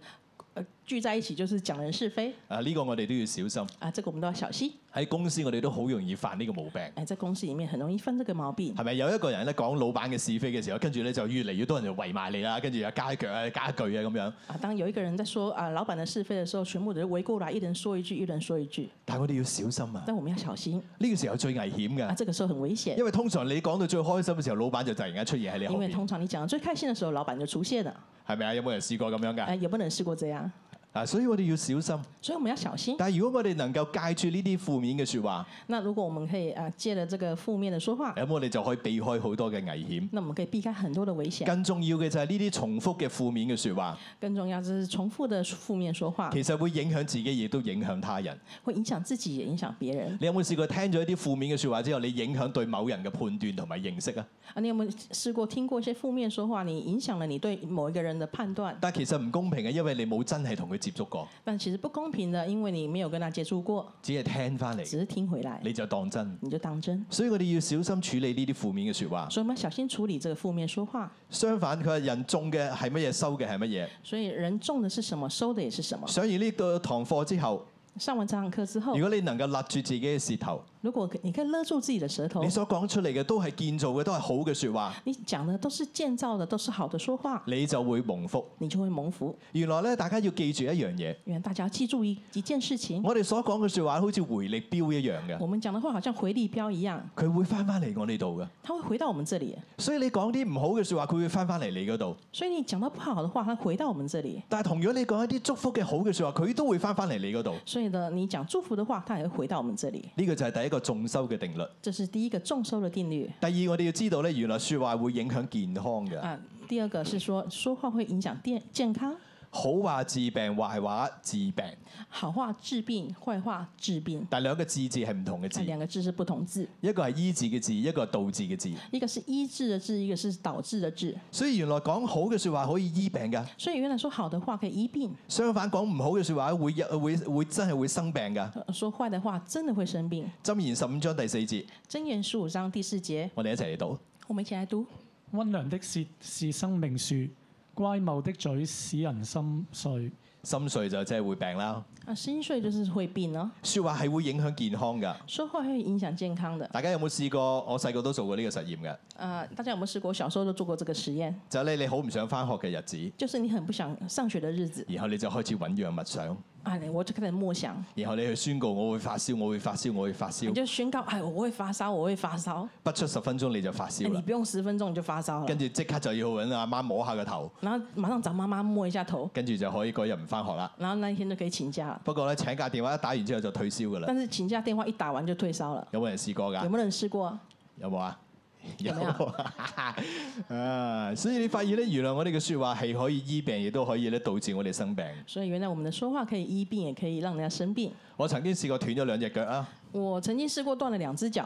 Speaker 4: 呃聚在一起就是講人是非
Speaker 3: 啊，呢、個我哋都要小心。
Speaker 4: 啊，這個我們都要小心。
Speaker 3: 喺公司我哋都好容易犯呢個毛病。
Speaker 4: 哎，在公司裡面很容易犯這個毛病。
Speaker 3: 係咪有一個人咧講老闆嘅是非嘅時候，跟住咧就越嚟越多人就圍埋你啦，跟住又加一腳啊、加一句啊咁樣。
Speaker 4: 啊，当有一个人在说啊老板的是非的时候，全部人围过来，一人说一句，一人说一句。
Speaker 3: 但係我哋要小心啊！
Speaker 4: 但我们要小心
Speaker 3: 呢個時候最危險
Speaker 4: 啊，
Speaker 3: 㗎，
Speaker 4: 这个时候很危险，
Speaker 3: 因為通常你講到最開心嘅時候，老闆就突然間出現喺你後
Speaker 4: 因为
Speaker 3: 面，
Speaker 4: 通常你讲得最开心的时候，老板就出现了。
Speaker 3: 係咪啊？有冇人試過咁樣
Speaker 4: 哎，
Speaker 3: 㗎？
Speaker 4: 也不能试过这样，
Speaker 3: 啊，所以我哋要小心。
Speaker 4: 所以我们要小心。
Speaker 3: 但係如果我哋能夠戒住呢啲負面嘅説話，
Speaker 4: 那如果我们可以啊借了这个负面的说话，
Speaker 3: 咁我哋就可以避開好多嘅危險。
Speaker 4: 那我们可以避开很多的危险。
Speaker 3: 更重要嘅就係呢啲重複嘅負面嘅説話，
Speaker 4: 更重要就是重复的负面说话，
Speaker 3: 其實會影響自己，亦都影響他人。
Speaker 4: 会影响自己，也影响别人。
Speaker 3: 你有冇試過聽咗一啲負面嘅説話之後，你影響對某人嘅判斷同埋認識啊？
Speaker 4: 啊，你有没有试过听过一些负面说话，你影响了你对某一个人的判断？
Speaker 3: 但其實唔公平嘅，因為你冇真係同佢接觸過，
Speaker 4: 但其实不公平的，因为你没有跟他接触过，
Speaker 3: 只係聽翻嚟，
Speaker 4: 只是听回来，
Speaker 3: 你就當真。
Speaker 4: 你就当真。
Speaker 3: 所以我哋要小心處理呢啲負面嘅説話。
Speaker 4: 所以我们要小心处理这个负面说话。
Speaker 3: 相反，佢話人種嘅係乜嘢，收嘅係乜嘢。
Speaker 4: 所以人种的是什么，收的也是什么。
Speaker 3: 上完呢個堂課之後，
Speaker 4: 上完这堂课之后
Speaker 3: 如，果你能夠勒住自己嘅舌頭，
Speaker 4: 如果你可以勒住自己的舌头
Speaker 3: 你，所講出嚟嘅都係建造嘅，都係好嘅説話，
Speaker 4: 你讲的都是建造的，都是好的说话，
Speaker 3: 你就會蒙福。
Speaker 4: 你就会蒙福。
Speaker 3: 原來咧，大家要記住一樣嘢，
Speaker 4: 因为大家要记住一一件事情，
Speaker 3: 我哋所講嘅説話好似回力鏢一樣嘅，
Speaker 4: 我们讲的话好像回力镖一样，
Speaker 3: 佢會翻翻嚟我哋度嘅。
Speaker 4: 它会回到我们这里。
Speaker 3: 所以你講啲唔好嘅説話，佢會翻翻嚟你嗰度。
Speaker 4: 所以你讲到不好的话，它回到我们这里。
Speaker 3: 但係同樣你講一啲祝福嘅好嘅説話，佢都會翻翻嚟你嗰度。
Speaker 4: 所以呢，你讲祝福的话，它也会回到我们这里。
Speaker 3: 呢個就係第一個重修嘅定律。
Speaker 4: 这是第一个重收的定律
Speaker 3: 第二，我哋要知道咧，原來説話會影響健康嘅。
Speaker 4: 啊啊。第二个是说，说话会影响健健康。
Speaker 3: 好話治病，壞話治病。
Speaker 4: 好话治病，坏话治病，
Speaker 3: 但兩個治字係唔同嘅
Speaker 4: 啊
Speaker 3: 字，
Speaker 4: 两个字是不同字，
Speaker 3: 一個係醫治嘅治，一個係導致嘅治。
Speaker 4: 一个是医治的治，一个是导致的治。
Speaker 3: 所以原來講好嘅説話可以醫病㗎，
Speaker 4: 所以原來说好的话可以医病，
Speaker 3: 相反講唔好嘅説話會會會真係會生病㗎。
Speaker 4: 呃说坏的话真的会生病。
Speaker 3: 箴言十五章第四節，
Speaker 4: 箴言十五章第四节，
Speaker 3: 我哋一齊嚟讀。
Speaker 4: 我们一起来读：
Speaker 5: 温良的舌是生命樹，乖謬的嘴使人心碎。
Speaker 3: 心碎就真係會病啦。
Speaker 4: 啊，心碎就是会病呢、
Speaker 3: 説話係會影響健康㗎。
Speaker 4: 说话会影响健康的。
Speaker 3: 大家有冇試過？我細個都做過呢個實驗嘅，
Speaker 4: 呃，大家有没有试过？我小时候都做过这个实验，
Speaker 3: 就係咧你好唔想返學嘅日子，
Speaker 4: 就是你很不想上学的日子，
Speaker 3: 然後你就開始揾樣物想，
Speaker 4: 啊，我就开始默想，
Speaker 3: 然後你去宣告我會發燒，我會發燒，我會發
Speaker 4: 你
Speaker 3: 燒，
Speaker 4: 就宣告，哎，我会发烧，我会发烧，
Speaker 3: 不出十分鐘你就發
Speaker 4: 哎
Speaker 3: 燒
Speaker 4: 你
Speaker 3: 啦，
Speaker 4: 不用十分钟你就发烧了
Speaker 3: 跟，住即刻就要揾阿媽摸下個頭，
Speaker 4: 然后马上找妈妈摸一下头，
Speaker 3: 跟住就可以嗰日唔返學啦。
Speaker 4: 然后那一天就可以请假了。
Speaker 3: 不過咧請假電話一打完之後就退燒㗎啦，
Speaker 4: 但是请假电话一打完就退烧了，
Speaker 3: 有冇人試過
Speaker 4: 有
Speaker 3: 㗎？
Speaker 4: 没有人试过？
Speaker 3: 有冇啊？有
Speaker 4: 有冇
Speaker 3: 啊！所以你發現咧，原來我哋嘅説話係可以醫病，亦都可以咧導致我哋生病。
Speaker 4: 所以原来我们的说话可以医病，也可以让人家生病。
Speaker 3: 我曾經試過斷咗兩隻腳啊！
Speaker 4: 我曾经试过断了两只脚，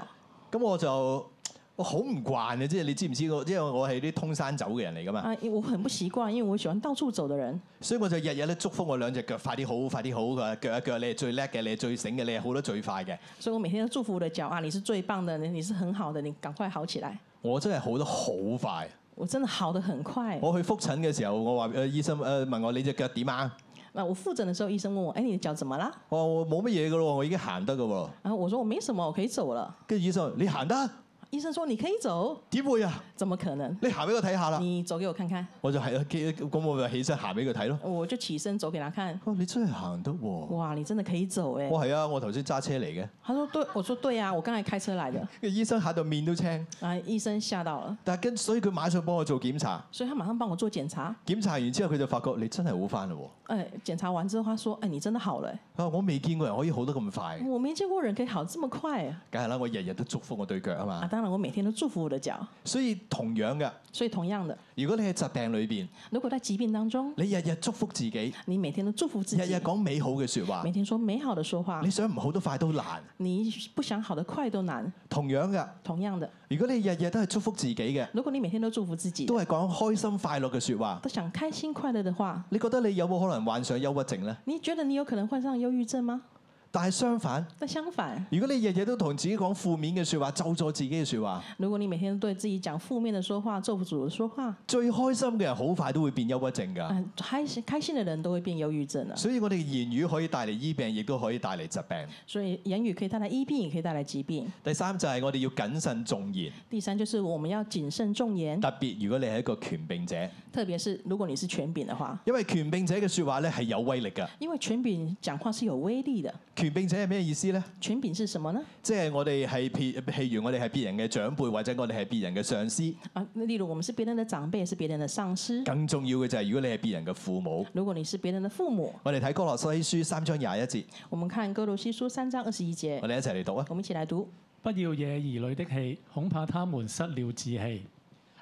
Speaker 3: 咁我就我好唔慣嘅，即係你知唔知我？因為我係啲通山走嘅人嚟噶嘛，
Speaker 4: 啊，因我很不习惯，因为我喜歡到處走的人，
Speaker 3: 所以我就日日咧祝福我兩隻腳快啲好，快啲好佢腳一腳你係最叻嘅，你係最醒嘅，你係好得最快嘅。
Speaker 4: 所以我每天都祝福我的腳啊，你是最棒的，你你是很好的，你赶快好起來。
Speaker 3: 我真係好得好快。
Speaker 4: 我真的好得很快。
Speaker 3: 我去復診嘅時候，我話誒、呃、醫生誒、呃、問我你隻腳點啊？
Speaker 4: 那我复診的時候，醫生問我，哎、你的腳怎麼啦？
Speaker 3: 我話我冇乜嘢噶咯，我已經行得噶喎。
Speaker 4: 然後我說我沒什麼，我可以走了。
Speaker 3: 跟住醫生話你行得
Speaker 4: 醫生說你可以走，
Speaker 3: 點會啊？
Speaker 4: 怎麼可能？
Speaker 3: 你行俾我睇下啦。
Speaker 4: 你走給我看看，
Speaker 3: 我就係啊記咁我咪起身行俾佢睇咯。
Speaker 4: 我就起身走給他看。
Speaker 3: 哦，你真係行得喎！
Speaker 4: 哇，你真的可以走哎、
Speaker 3: 我係啊，我頭先揸車嚟嘅。
Speaker 4: 他說对，我說对啊，我剛才開車來的。
Speaker 3: 跟住醫生嚇到面都青。
Speaker 4: 啊，醫生嚇到了，
Speaker 3: 但係跟所以佢馬上幫我做檢查，
Speaker 4: 所以他馬上幫我做檢查。
Speaker 3: 檢查完之後佢就發覺你真係好翻嘞喎！
Speaker 4: 哎、檢查完之後，他說：“哎、你真的好了、哎
Speaker 3: 啊，我未見過人可以好得咁快，
Speaker 4: 我沒見過人可以好這麼快、哎
Speaker 3: 梗係啦，我日日都祝福我對腳啊
Speaker 4: 啊！
Speaker 3: 嘛。
Speaker 4: 當然，我每天都祝福我的腳。
Speaker 3: 所以同樣嘅，
Speaker 4: 所以同樣的，
Speaker 3: 如果你喺疾病裏邊，
Speaker 4: 如果在疾病當中，
Speaker 3: 你日日祝福自己，
Speaker 4: 你每天都祝福自
Speaker 3: 日日
Speaker 4: 己，
Speaker 3: 講美好嘅説話
Speaker 4: 每，天說美好的說話
Speaker 3: 你，想唔好都快都難。
Speaker 4: 你不想好的快都難。
Speaker 3: 同樣嘅，
Speaker 4: 同樣的，
Speaker 3: 如果你日日都係祝福自己嘅，
Speaker 4: 如果你每天都祝福自己，
Speaker 3: 都係講開心快樂嘅説話，
Speaker 4: 都想開心快樂的話，
Speaker 3: 你覺得你有冇可能患上憂鬱症呢？
Speaker 4: 你覺得你有可能患上憂鬱症嗎？
Speaker 3: 但係相反，
Speaker 4: 但相反，
Speaker 3: 如果你日日都同自己講負面嘅説話，咒咗自己嘅説話，
Speaker 4: 如果你每天都對自己講負面的說話、咒詛的說話，
Speaker 3: 最開心嘅人好快都會變憂鬱症㗎。
Speaker 4: 啊，開心開心的人都會變憂鬱症了。啊
Speaker 3: 所以我哋嘅言語可以帶嚟醫病，亦都可以帶嚟疾病。
Speaker 4: 所以言語可以帶來醫病，也可以帶來疾病。
Speaker 3: 第三就係我哋要謹慎重言，
Speaker 4: 第三就是我們要謹慎重言，
Speaker 3: 特別如果你係一個權柄者，
Speaker 4: 特別是如果你是權柄的話，
Speaker 3: 因為權柄者嘅説話咧係有威力㗎。
Speaker 4: 因為權柄講話是有威力的。
Speaker 3: 權柄者係咩意思呢？
Speaker 4: 權柄是什麼呢？
Speaker 3: 即係我哋係譬譬如我哋係別人嘅長輩，或者我哋係別人嘅上司。
Speaker 4: 啊，那例如我們是別人的長輩，是別人的上司。
Speaker 3: 更重要嘅就係如果你係別人嘅父母。
Speaker 4: 如果你是別人的父母，
Speaker 3: 我哋睇哥羅西書三章廿一節，
Speaker 4: 我們看哥羅西書三章二十一節
Speaker 3: 我，哋一齊嚟讀啊！
Speaker 4: 我們一起來讀。
Speaker 5: 不要惹兒女的氣，恐怕他們失了志氣。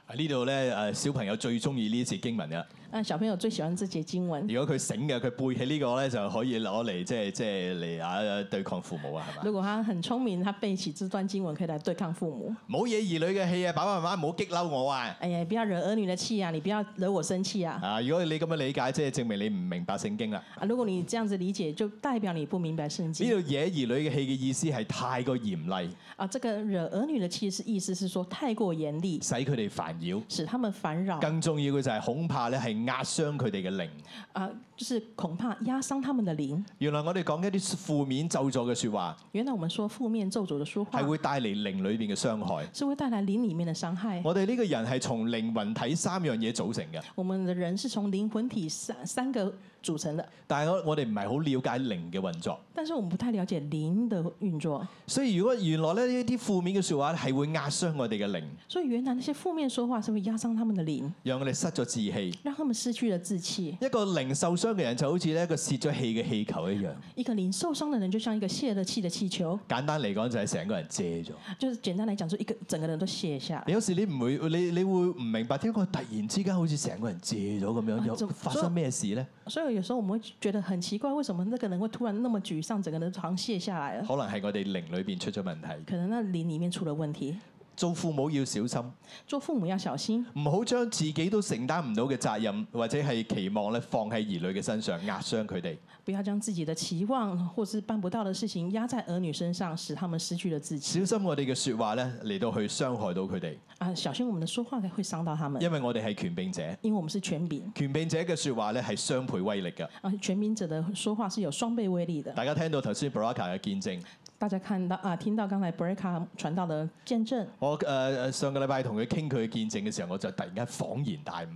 Speaker 3: 喺呢度咧誒，小朋友最中意呢節經文嘅。
Speaker 4: 啊，小朋友最喜歡這節經文。
Speaker 3: 如果佢醒嘅，佢背起呢個咧就可以攞嚟即係即係嚟啊對抗父母啊，係嘛？
Speaker 4: 如果他很聰明，他背起這段經文可以來對抗父母。
Speaker 3: 唔好惹兒女嘅氣啊！爸爸媽媽唔好激嬲我啊！
Speaker 4: 哎呀，不要惹兒女的氣啊！你不要惹我生氣啊！
Speaker 3: 啊，如果你咁樣理解，即係證明你唔明白聖經啦。
Speaker 4: 啊，如果你這樣子理解，就代表你不明白聖
Speaker 3: 呢
Speaker 4: 經
Speaker 3: 度惹兒女嘅氣嘅意思係太過嚴厲，
Speaker 4: 啊。這個惹兒女的氣是意思是說太過嚴厲，
Speaker 3: 使佢哋煩擾。
Speaker 4: 使他們煩擾
Speaker 3: 更重要嘅就係恐怕咧係壓傷佢哋嘅靈。
Speaker 4: 啊，就是恐怕壓傷他們的靈。
Speaker 3: 原來我哋講一啲負面咒詛嘅説話，
Speaker 4: 原來我們說負面咒詛的說話
Speaker 3: 係會帶嚟靈裏邊嘅傷害。
Speaker 4: 是會帶來靈裡面的傷害。
Speaker 3: 我哋呢個人係從靈魂體三樣嘢組成嘅，
Speaker 4: 我們的人是從靈魂體三三個組成的，
Speaker 3: 但係我我哋唔係好了解靈嘅運作。
Speaker 4: 但是我們不太了解靈的運作，
Speaker 3: 所以如果原來咧呢啲負面嘅説話係會壓傷我哋嘅靈，
Speaker 4: 所以原來那些負面說話是會壓傷他們的靈，
Speaker 3: 讓我哋失咗志氣。
Speaker 4: 讓他們失去了志氣。
Speaker 3: 一個靈受傷傷嘅人就好似呢一個泄咗氣嘅氣球一樣。
Speaker 4: 一个灵受伤的人就像一个泄了气的气球，
Speaker 3: 簡單嚟講就係成個人借咗。
Speaker 4: 就是简单来讲，就一个整个人都卸下
Speaker 3: 你有時你唔會，你你會唔明白點解佢突然之間好似成個人借咗咁樣，
Speaker 4: 啊
Speaker 3: 有
Speaker 4: 就
Speaker 3: 發生咩事咧？
Speaker 4: 来。所以有时候我们会觉得很奇怪，为什么那个人会突然那么沮丧，整个人好像卸下来了？
Speaker 3: 可能係我哋靈裏邊出咗問題。
Speaker 4: 可能那灵里面出了问题。
Speaker 3: 做父母要小心，
Speaker 4: 做父母要小心，
Speaker 3: 唔好將自己都承擔唔到嘅責任或者係期望咧放喺兒女嘅身上，壓傷佢哋。
Speaker 4: 不要将自己的期望或是办不到的事情压在儿女身上，使他们失去了自己。
Speaker 3: 小心我哋嘅説話咧嚟到去傷害到佢哋，
Speaker 4: 啊，小心我们的说话会伤到他们，
Speaker 3: 因為我哋係權柄者，
Speaker 4: 因为我们是权柄
Speaker 3: 權柄者嘅説話咧係雙倍威力㗎。
Speaker 4: 啊，权柄者的说话是有双倍威力的。
Speaker 3: 大家聽到頭先 Baraka 嘅見證，
Speaker 4: 大家看到啊，听到刚才 Breca 传道的见证，
Speaker 3: 我誒、呃上個禮拜同佢傾佢嘅見證嘅時候，我就突然間恍然大悟。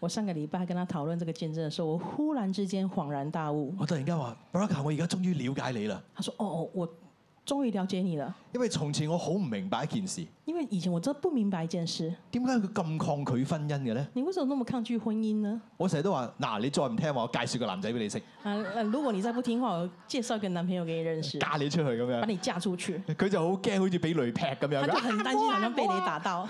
Speaker 4: 我上个礼拜跟他讨论这个见证的时候，我忽然之间恍然大悟。
Speaker 3: 我突然間話 Baraka，我而家終於了解你啦，
Speaker 4: 他说：“哦哦，我终于了解你了，
Speaker 3: 因為從前我好唔明白一件事，
Speaker 4: 因为以前我真的不明白一件事，
Speaker 3: 點解佢咁抗拒婚姻嘅咧？
Speaker 4: 你为什么那么抗拒婚姻呢？
Speaker 3: 我成日都話嗱，你再唔聽話，我介紹個男仔俾你識，
Speaker 4: 啊，呃如果你再不听话，我介绍一个男朋友给你认识，
Speaker 3: 嫁你出去咁樣。
Speaker 4: 把你嫁出去。”
Speaker 3: 佢就好驚，好似俾雷劈咁
Speaker 4: 他就
Speaker 3: 樣。
Speaker 4: 很担心，好像被雷打到。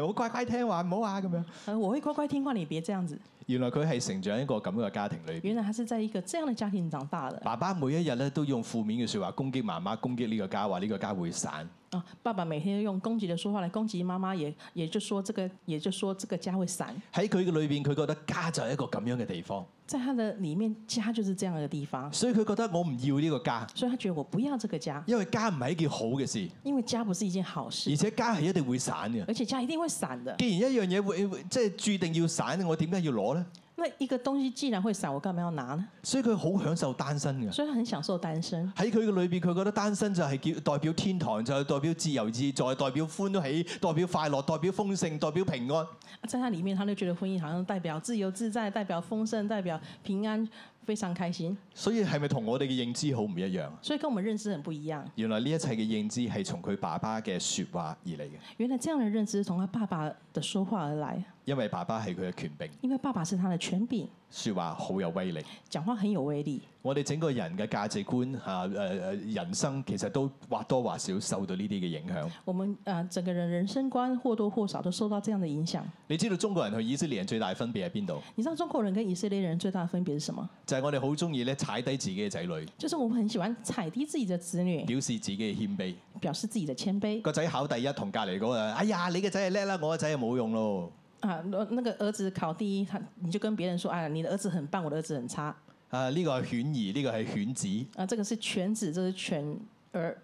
Speaker 3: 我乖乖聽話，唔好啊咁樣。
Speaker 4: 呃我会乖乖听话，你别这样子。
Speaker 3: 原來佢係成長一個咁樣嘅家庭裏邊，
Speaker 4: 原来他是在一个这樣的家庭長大的
Speaker 3: 爸爸每一日咧都用負面嘅説話攻擊媽媽，攻擊呢個家，話呢個家會散。
Speaker 4: 啊！爸爸每天用攻擊的說話來攻擊媽媽，也也就说這個，也就说這個家會散。
Speaker 3: 喺佢嘅裏邊，佢覺得家就係一個咁樣嘅地方，
Speaker 4: 在他的裡面，家就是這樣的地方，
Speaker 3: 所以佢覺得我唔要呢個家，
Speaker 4: 所以他覺得我不要這個家，
Speaker 3: 因為家唔係一件好嘅事，
Speaker 4: 因為家不是一件好
Speaker 3: 而
Speaker 4: 事，
Speaker 3: 且家係一定會散嘅。
Speaker 4: 而且家一定會散的。
Speaker 3: 既然一樣嘢會會即係注定要散，我點解要攞呢？
Speaker 4: 那一個東西既然會散，我幹嘛要拿呢？
Speaker 3: 所以佢好享受單身嘅。
Speaker 4: 所以他很享受單身。
Speaker 3: 喺佢嘅裏邊，佢覺得單身就係叫代表天堂，就係代表自由自在，代表歡喜，代表快樂，代表豐盛，代表平安。
Speaker 4: 啊在他裡面，他就覺得婚姻好像代表自由自在，代表豐盛，代表平安，非常開心。
Speaker 3: 所以係咪同我哋嘅認知好唔一樣？
Speaker 4: 所以跟我們認知很不一樣。
Speaker 3: 原來呢一切嘅認知係從佢爸爸嘅説話而嚟嘅，
Speaker 4: 原來這樣的認知是從他爸爸的說話而來，
Speaker 3: 因為爸爸係佢嘅權柄，
Speaker 4: 因為爸爸是他的權柄，
Speaker 3: 説話好有威力。
Speaker 4: 講話很有威力。
Speaker 3: 我哋整個人嘅價值觀啊誒誒、人生其實都或多或少受到呢啲嘅影響。
Speaker 4: 我們呃整個人人生觀或多或少都受到這樣的影響。
Speaker 3: 你知道中國人同以色列人最大分別喺邊度？
Speaker 4: 你知道中國人跟以色列人最大的分別是什麼？
Speaker 3: 就係我哋好中意咧踩低自己嘅仔女，
Speaker 4: 就是我們很喜歡踩低自己的子女，
Speaker 3: 表示自己嘅謙卑。
Speaker 4: 表示自己的謙卑
Speaker 3: 個仔考第一，同隔離嗰個，哎呀，你嘅仔係叻啦，我嘅仔係冇用咯。
Speaker 4: 啊。那那個兒子考第一，他你就跟別人說：“哎呀，你的兒子很棒，我的兒子很差。
Speaker 3: 啊，呢、個係犬兒，呢、個係犬子。”
Speaker 4: 啊，這個是犬子，這是犬兒。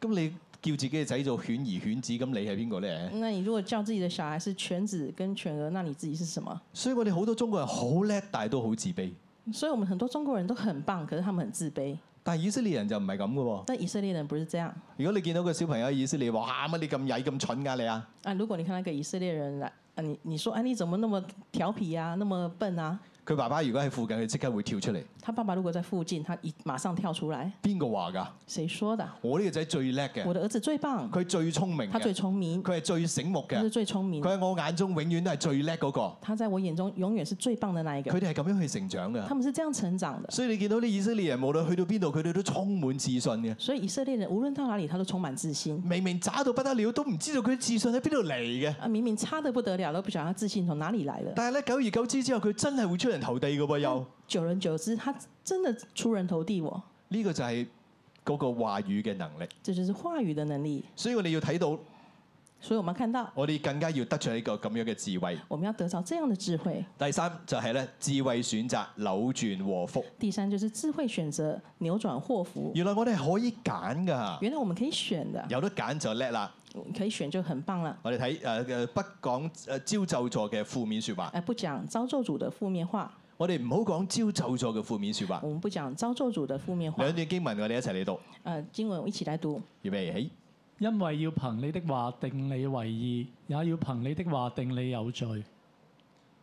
Speaker 3: 咁你叫自己嘅仔做犬兒犬子，咁你係邊個咧？
Speaker 4: 那你如果叫自己的小孩是犬子跟犬兒，那你自己是什麼？
Speaker 3: 所以我哋好多中國人好叻，但係都好自卑。
Speaker 4: 所以我們很多中國人都很棒，可是他們很自卑。
Speaker 3: 但係以色列人就唔係咁嘅喎。
Speaker 4: 但以色列人不是這樣
Speaker 3: 如果你見到個小朋友喺以色列，哇乜你咁曳咁蠢㗎、你啊？
Speaker 4: 啊！如果你看那個以色列人來，啊，你你說，哎、你怎麼那麼調皮啊，那麼笨啊？
Speaker 3: 佢爸爸如果喺附近，佢即刻會跳出嚟。
Speaker 4: 他爸爸如果在附近，他一馬上跳出來。
Speaker 3: 邊個話㗎？
Speaker 4: 誰說的？
Speaker 3: 我呢個仔最叻嘅
Speaker 4: 我，的兒子最棒，
Speaker 3: 佢最聰明
Speaker 4: 他最
Speaker 3: 嘅，
Speaker 4: 聰明，
Speaker 3: 佢係最醒目
Speaker 4: 他
Speaker 3: 嘅
Speaker 4: 是，最聰明，
Speaker 3: 佢喺我眼中永遠都係最叻嗰個。
Speaker 4: 他在我眼中永遠是最棒的那一個
Speaker 3: 佢。哋係咁樣去成長
Speaker 4: 他
Speaker 3: 㗎。
Speaker 4: 們是這樣成長的，
Speaker 3: 所以你見到啲以色列人無論去到邊度，佢哋都充滿自信嘅。
Speaker 4: 所以以色列人無論到哪裡，他都充滿自信。
Speaker 3: 明明渣到不得了，都唔知道佢自信喺邊度嚟嘅。
Speaker 4: 啊，明明差得不得了，都不曉得他自信從哪裡來的。
Speaker 3: 但係咧，久而久之之後，佢真係會出人頭地嘅喎。又
Speaker 4: 久而久之，他真的出人頭地哦。
Speaker 3: 呢、個就係嗰個話語嘅能力。
Speaker 4: 这就是話語的能力。
Speaker 3: 所以我哋要睇到，
Speaker 4: 所以我們看到，
Speaker 3: 我哋更加要得出一個咁樣嘅智慧。
Speaker 4: 我們要得到這樣的智慧。
Speaker 3: 第三就係咧，智慧選擇扭轉禍福。
Speaker 4: 第三就是智慧選擇，扭轉禍福。
Speaker 3: 原來我哋係可以揀㗎，
Speaker 4: 原來我們可以選的，
Speaker 3: 有得揀就叻啦。
Speaker 4: 可以選就很棒了。
Speaker 3: 我哋睇呃誒誒不講誒招咒呃座嘅負面説話，
Speaker 4: 哎，不講遭咒主的負面話，
Speaker 3: 我哋唔好講招咒座嘅負面説話。
Speaker 4: 我們不講遭咒主的負面話
Speaker 3: 兩。段經文我哋一齊嚟讀，
Speaker 4: 呃，經文一起來讀。
Speaker 3: 預備起。
Speaker 5: 因為要憑你的話定你為義，也要憑你的話定你有罪。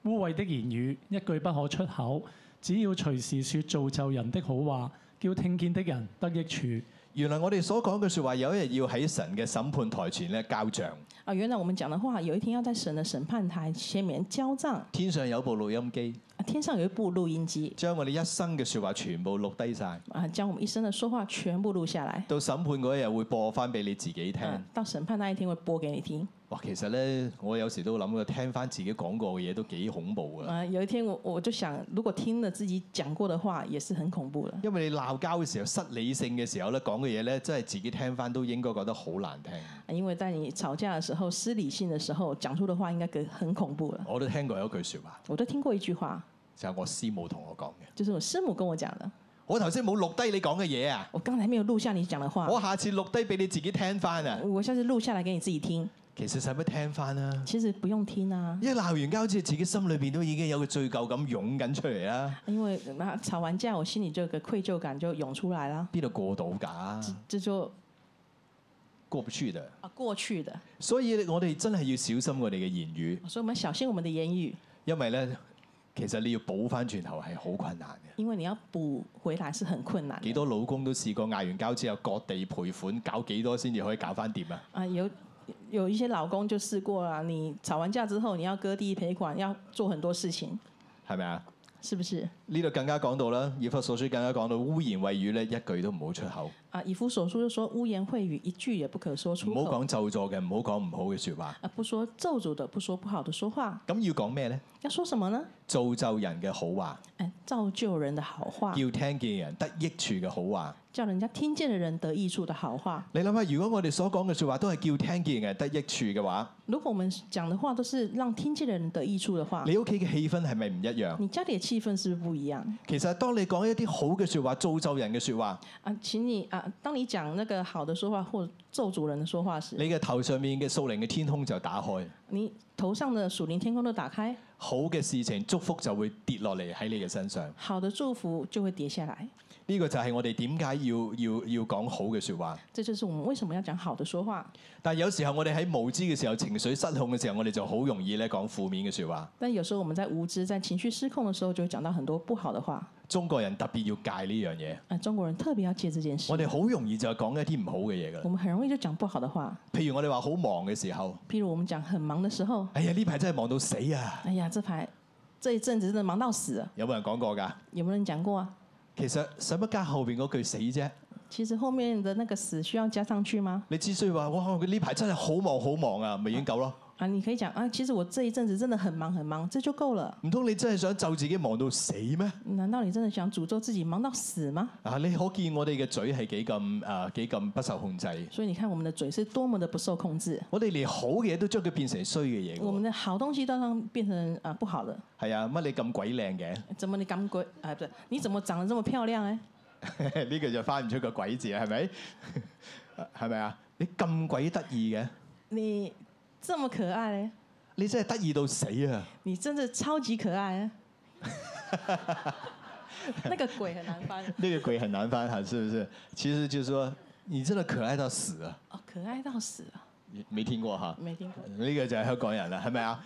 Speaker 5: 污穢的言語一句不可出口，只要隨時說造就人的好話，叫聽見的人得益處。
Speaker 3: 原來我哋所講嘅説話，有一日要喺神嘅審判台前咧交帳。
Speaker 4: 啊，原來我们讲的话，有一天要在神的审判台前面交账。
Speaker 3: 天上有部錄音機，
Speaker 4: 啊天上有一部录音机，
Speaker 3: 將我哋一生嘅説話全部錄低晒。
Speaker 4: 啊，将我们一生的说话全部录下来。
Speaker 3: 到審判嗰一日會播翻俾你自己聽。
Speaker 4: 啊，到審判那一天会播給你聽。
Speaker 3: 哇，其實咧，我有時都諗過，聽翻自己講過嘅嘢都幾恐怖噶。
Speaker 4: 啊，有一天我我就想，如果聽了自己講過的話，也是很恐怖的。
Speaker 3: 因為你鬧交嘅時候、失理性嘅時候咧，講嘅嘢咧，真係自己聽翻都應該覺得好難聽。
Speaker 4: 啊因為在你吵架的時候、失理性的時候，講出的話應該更很恐怖了。
Speaker 3: 我都聽過有一句説話，
Speaker 4: 我都聽過一句話，
Speaker 3: 就係、我師母同我講嘅。
Speaker 4: 就是我師母跟我講的。
Speaker 3: 我頭哦先冇錄低你講嘅嘢啊，
Speaker 4: 我剛才沒有錄下你講的話，
Speaker 3: 我下次錄低俾你自己聽翻啊。
Speaker 4: 我下次錄下來給你自己聽。
Speaker 3: 其實使乜聽翻啊？
Speaker 4: 其實不用聽啊，
Speaker 3: 一鬧完交之後，自己心裏邊都已經有個罪疚感湧緊出嚟啊啦。
Speaker 4: 因為那吵完架，我心裡就有個愧疚感就湧出來了，
Speaker 3: 邊度過到㗎？
Speaker 4: 這就
Speaker 3: 過不去的。
Speaker 4: 啊過去的。
Speaker 3: 所以我哋真係要小心我哋嘅言語，
Speaker 4: 所以我們小心我們的言語，
Speaker 3: 因為咧，其實你要補翻轉頭係好困難嘅。
Speaker 4: 因為你要補回來是很困難的。
Speaker 3: 幾多老公都試過嗌完交之後各地賠款，搞幾多先至可以搞翻掂啊？
Speaker 4: 啊，有有一些老公就试过啦，你吵完架之后，你要割地赔款，要做很多事情，
Speaker 3: 係咪啊？
Speaker 4: 是不是？
Speaker 3: 呢度更加講到啦，以弗所書更加講到污言穢語咧，一句都唔好出口，
Speaker 4: 啊，以夫所书就说污言秽语一句也不可说出
Speaker 3: 唔好
Speaker 4: 口，
Speaker 3: 講咒詛嘅，唔好講唔好嘅説話。
Speaker 4: 啊，不说咒诅的，不说不好的说话，
Speaker 3: 咁要講咩呢？
Speaker 4: 要说什么呢？
Speaker 3: 造就人嘅好話，
Speaker 4: 哎，造就人的好话，
Speaker 3: 要聽見人得益處嘅好話。
Speaker 4: 叫人家听见的人得益處的好话。
Speaker 3: 你諗下，如果我哋所講嘅説話都係叫聽見人得益處嘅話，
Speaker 4: 如果我们讲的话都是让聽见的人得益處的话，
Speaker 3: 你屋企嘅氣氛係咪唔一樣？
Speaker 4: 你家里的气氛是不是不一样
Speaker 3: 其實當你講一啲好嘅説話、造就人嘅説話，
Speaker 4: 啊？请你啊，当你讲那个好的说话或咒诅人的说话时，
Speaker 3: 你嘅頭上面嘅數靈嘅天空就打開，
Speaker 4: 你头上的属灵天空都打开。
Speaker 3: 好嘅事情祝福就會跌落嚟喺你嘅身上。
Speaker 4: 好的祝福就会跌下来。
Speaker 3: 呢、個就係我哋點解要要要講好嘅説話。
Speaker 4: 这就是我们为什么要讲好的说话。
Speaker 3: 但有時候我哋喺無知嘅時候、情緒失控嘅時候，我哋就好容易咧講負面嘅説話。
Speaker 4: 但有时候我们在无知、在情绪失控的时候，就会讲到很多不好的话。
Speaker 3: 中國人特別要戒呢樣嘢，
Speaker 4: 啊，中国人特别要戒这件事
Speaker 3: 我。哋好容易就講一啲唔好嘅嘢㗎
Speaker 4: 我
Speaker 3: 啦。
Speaker 4: 们很容易就讲不好的话，
Speaker 3: 譬如我哋話好忙嘅時候，
Speaker 4: 譬如我们讲很忙的时候，
Speaker 3: 哎呀呢排真係忙到死啊！
Speaker 4: 哎呀，这排这一阵子真的忙到死了，
Speaker 3: 有冇人講過㗎？
Speaker 4: 有没有人讲过啊？
Speaker 3: 其實使乜加後邊嗰句死啫？
Speaker 4: 其实后面的那个死需要加上去吗？
Speaker 3: 你只需要話哇，佢呢排真係好忙好忙啊，咪已經夠咯。
Speaker 4: 啊，你可以讲啊，其实我这一阵子真的很忙很忙，这就够了。
Speaker 3: 唔通你真係想就自己忙到死咩？
Speaker 4: 难道你真的想诅咒自己忙到死吗？
Speaker 3: 啊！你可見我哋嘅嘴係幾咁啊幾咁不受控制。
Speaker 4: 所以你看我们的嘴是多么的不受控制，
Speaker 3: 我哋連好嘅嘢都將佢變成衰嘅嘢
Speaker 4: 我
Speaker 3: 㗎
Speaker 4: 们
Speaker 3: 喎。
Speaker 4: 的好东西都让它变成啊不好的。
Speaker 3: 係啊，乜你咁鬼靚嘅？
Speaker 4: 怎么你咁鬼？哎，不是，你怎么长得这么漂亮哎？
Speaker 3: 呢句就翻唔出個鬼字啦，係咪？ 係咪啊？你咁鬼得意嘅，
Speaker 4: 你这么可爱哎，
Speaker 3: 你真係得意到死啊！
Speaker 4: 你真的超级可爱哎。那个鬼很难翻
Speaker 3: 呢個鬼很難翻下，是不是？其實就是說，你真係可愛到死啊！
Speaker 4: 哦，可爱到死了，
Speaker 3: 未聽過嚇，
Speaker 4: 没听过。
Speaker 3: 呢個就係香港人啦，係咪啊？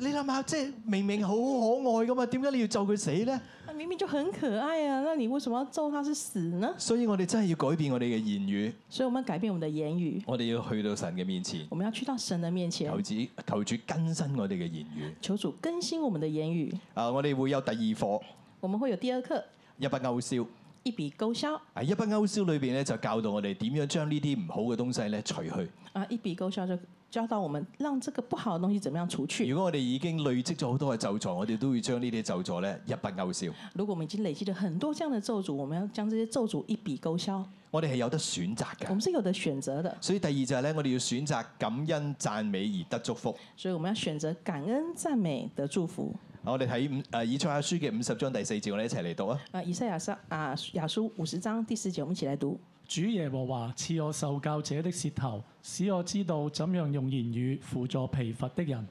Speaker 3: 你諗下，即係明明好可愛噶嘛，點解你要咒佢死咧？
Speaker 4: 那明明就很可爱啊，那你为什么要咒他是死呢？
Speaker 3: 所以我哋真係要改變我哋嘅言語，
Speaker 4: 所以我们要改变我们的言语，
Speaker 3: 我哋要去到神嘅面前，
Speaker 4: 我们要去到神的面前
Speaker 3: 求，主求主更新我哋嘅言語。
Speaker 4: 求主更新我们的言语。
Speaker 3: 啊，我哋會有第二課
Speaker 4: 我们会有第二课，
Speaker 3: 一筆勾銷。
Speaker 4: 一笔勾销
Speaker 3: 啊，一筆勾銷裏邊咧就教導我哋點樣將呢啲唔好嘅東西咧除去。
Speaker 4: 啊，一笔勾销就教到我们让这个不好的东西怎么样除去。
Speaker 3: 如果我哋已經累積咗好多嘅咒詛，我哋都要將呢啲咒詛咧一筆勾銷。
Speaker 4: 如果我们已经累积了很多这样的咒诅，我们要将这些咒诅一笔勾销。
Speaker 3: 我哋係有得選擇
Speaker 4: 我们
Speaker 3: 㗎。
Speaker 4: 是有的选择的，
Speaker 3: 所以第二就係咧，我哋要選擇感恩讚美而得祝福。
Speaker 4: 所以我们要选择感恩、赞美的祝福。
Speaker 3: 啊我哋睇五誒以賽亞書嘅五十章第四節，我哋一齊嚟讀啊！
Speaker 4: 啊，以赛亚上啊雅书五十章第四节，我们一起来读。
Speaker 5: 主耶和華賜我受教者的舌頭，使我知道怎樣用言語輔助疲乏的人。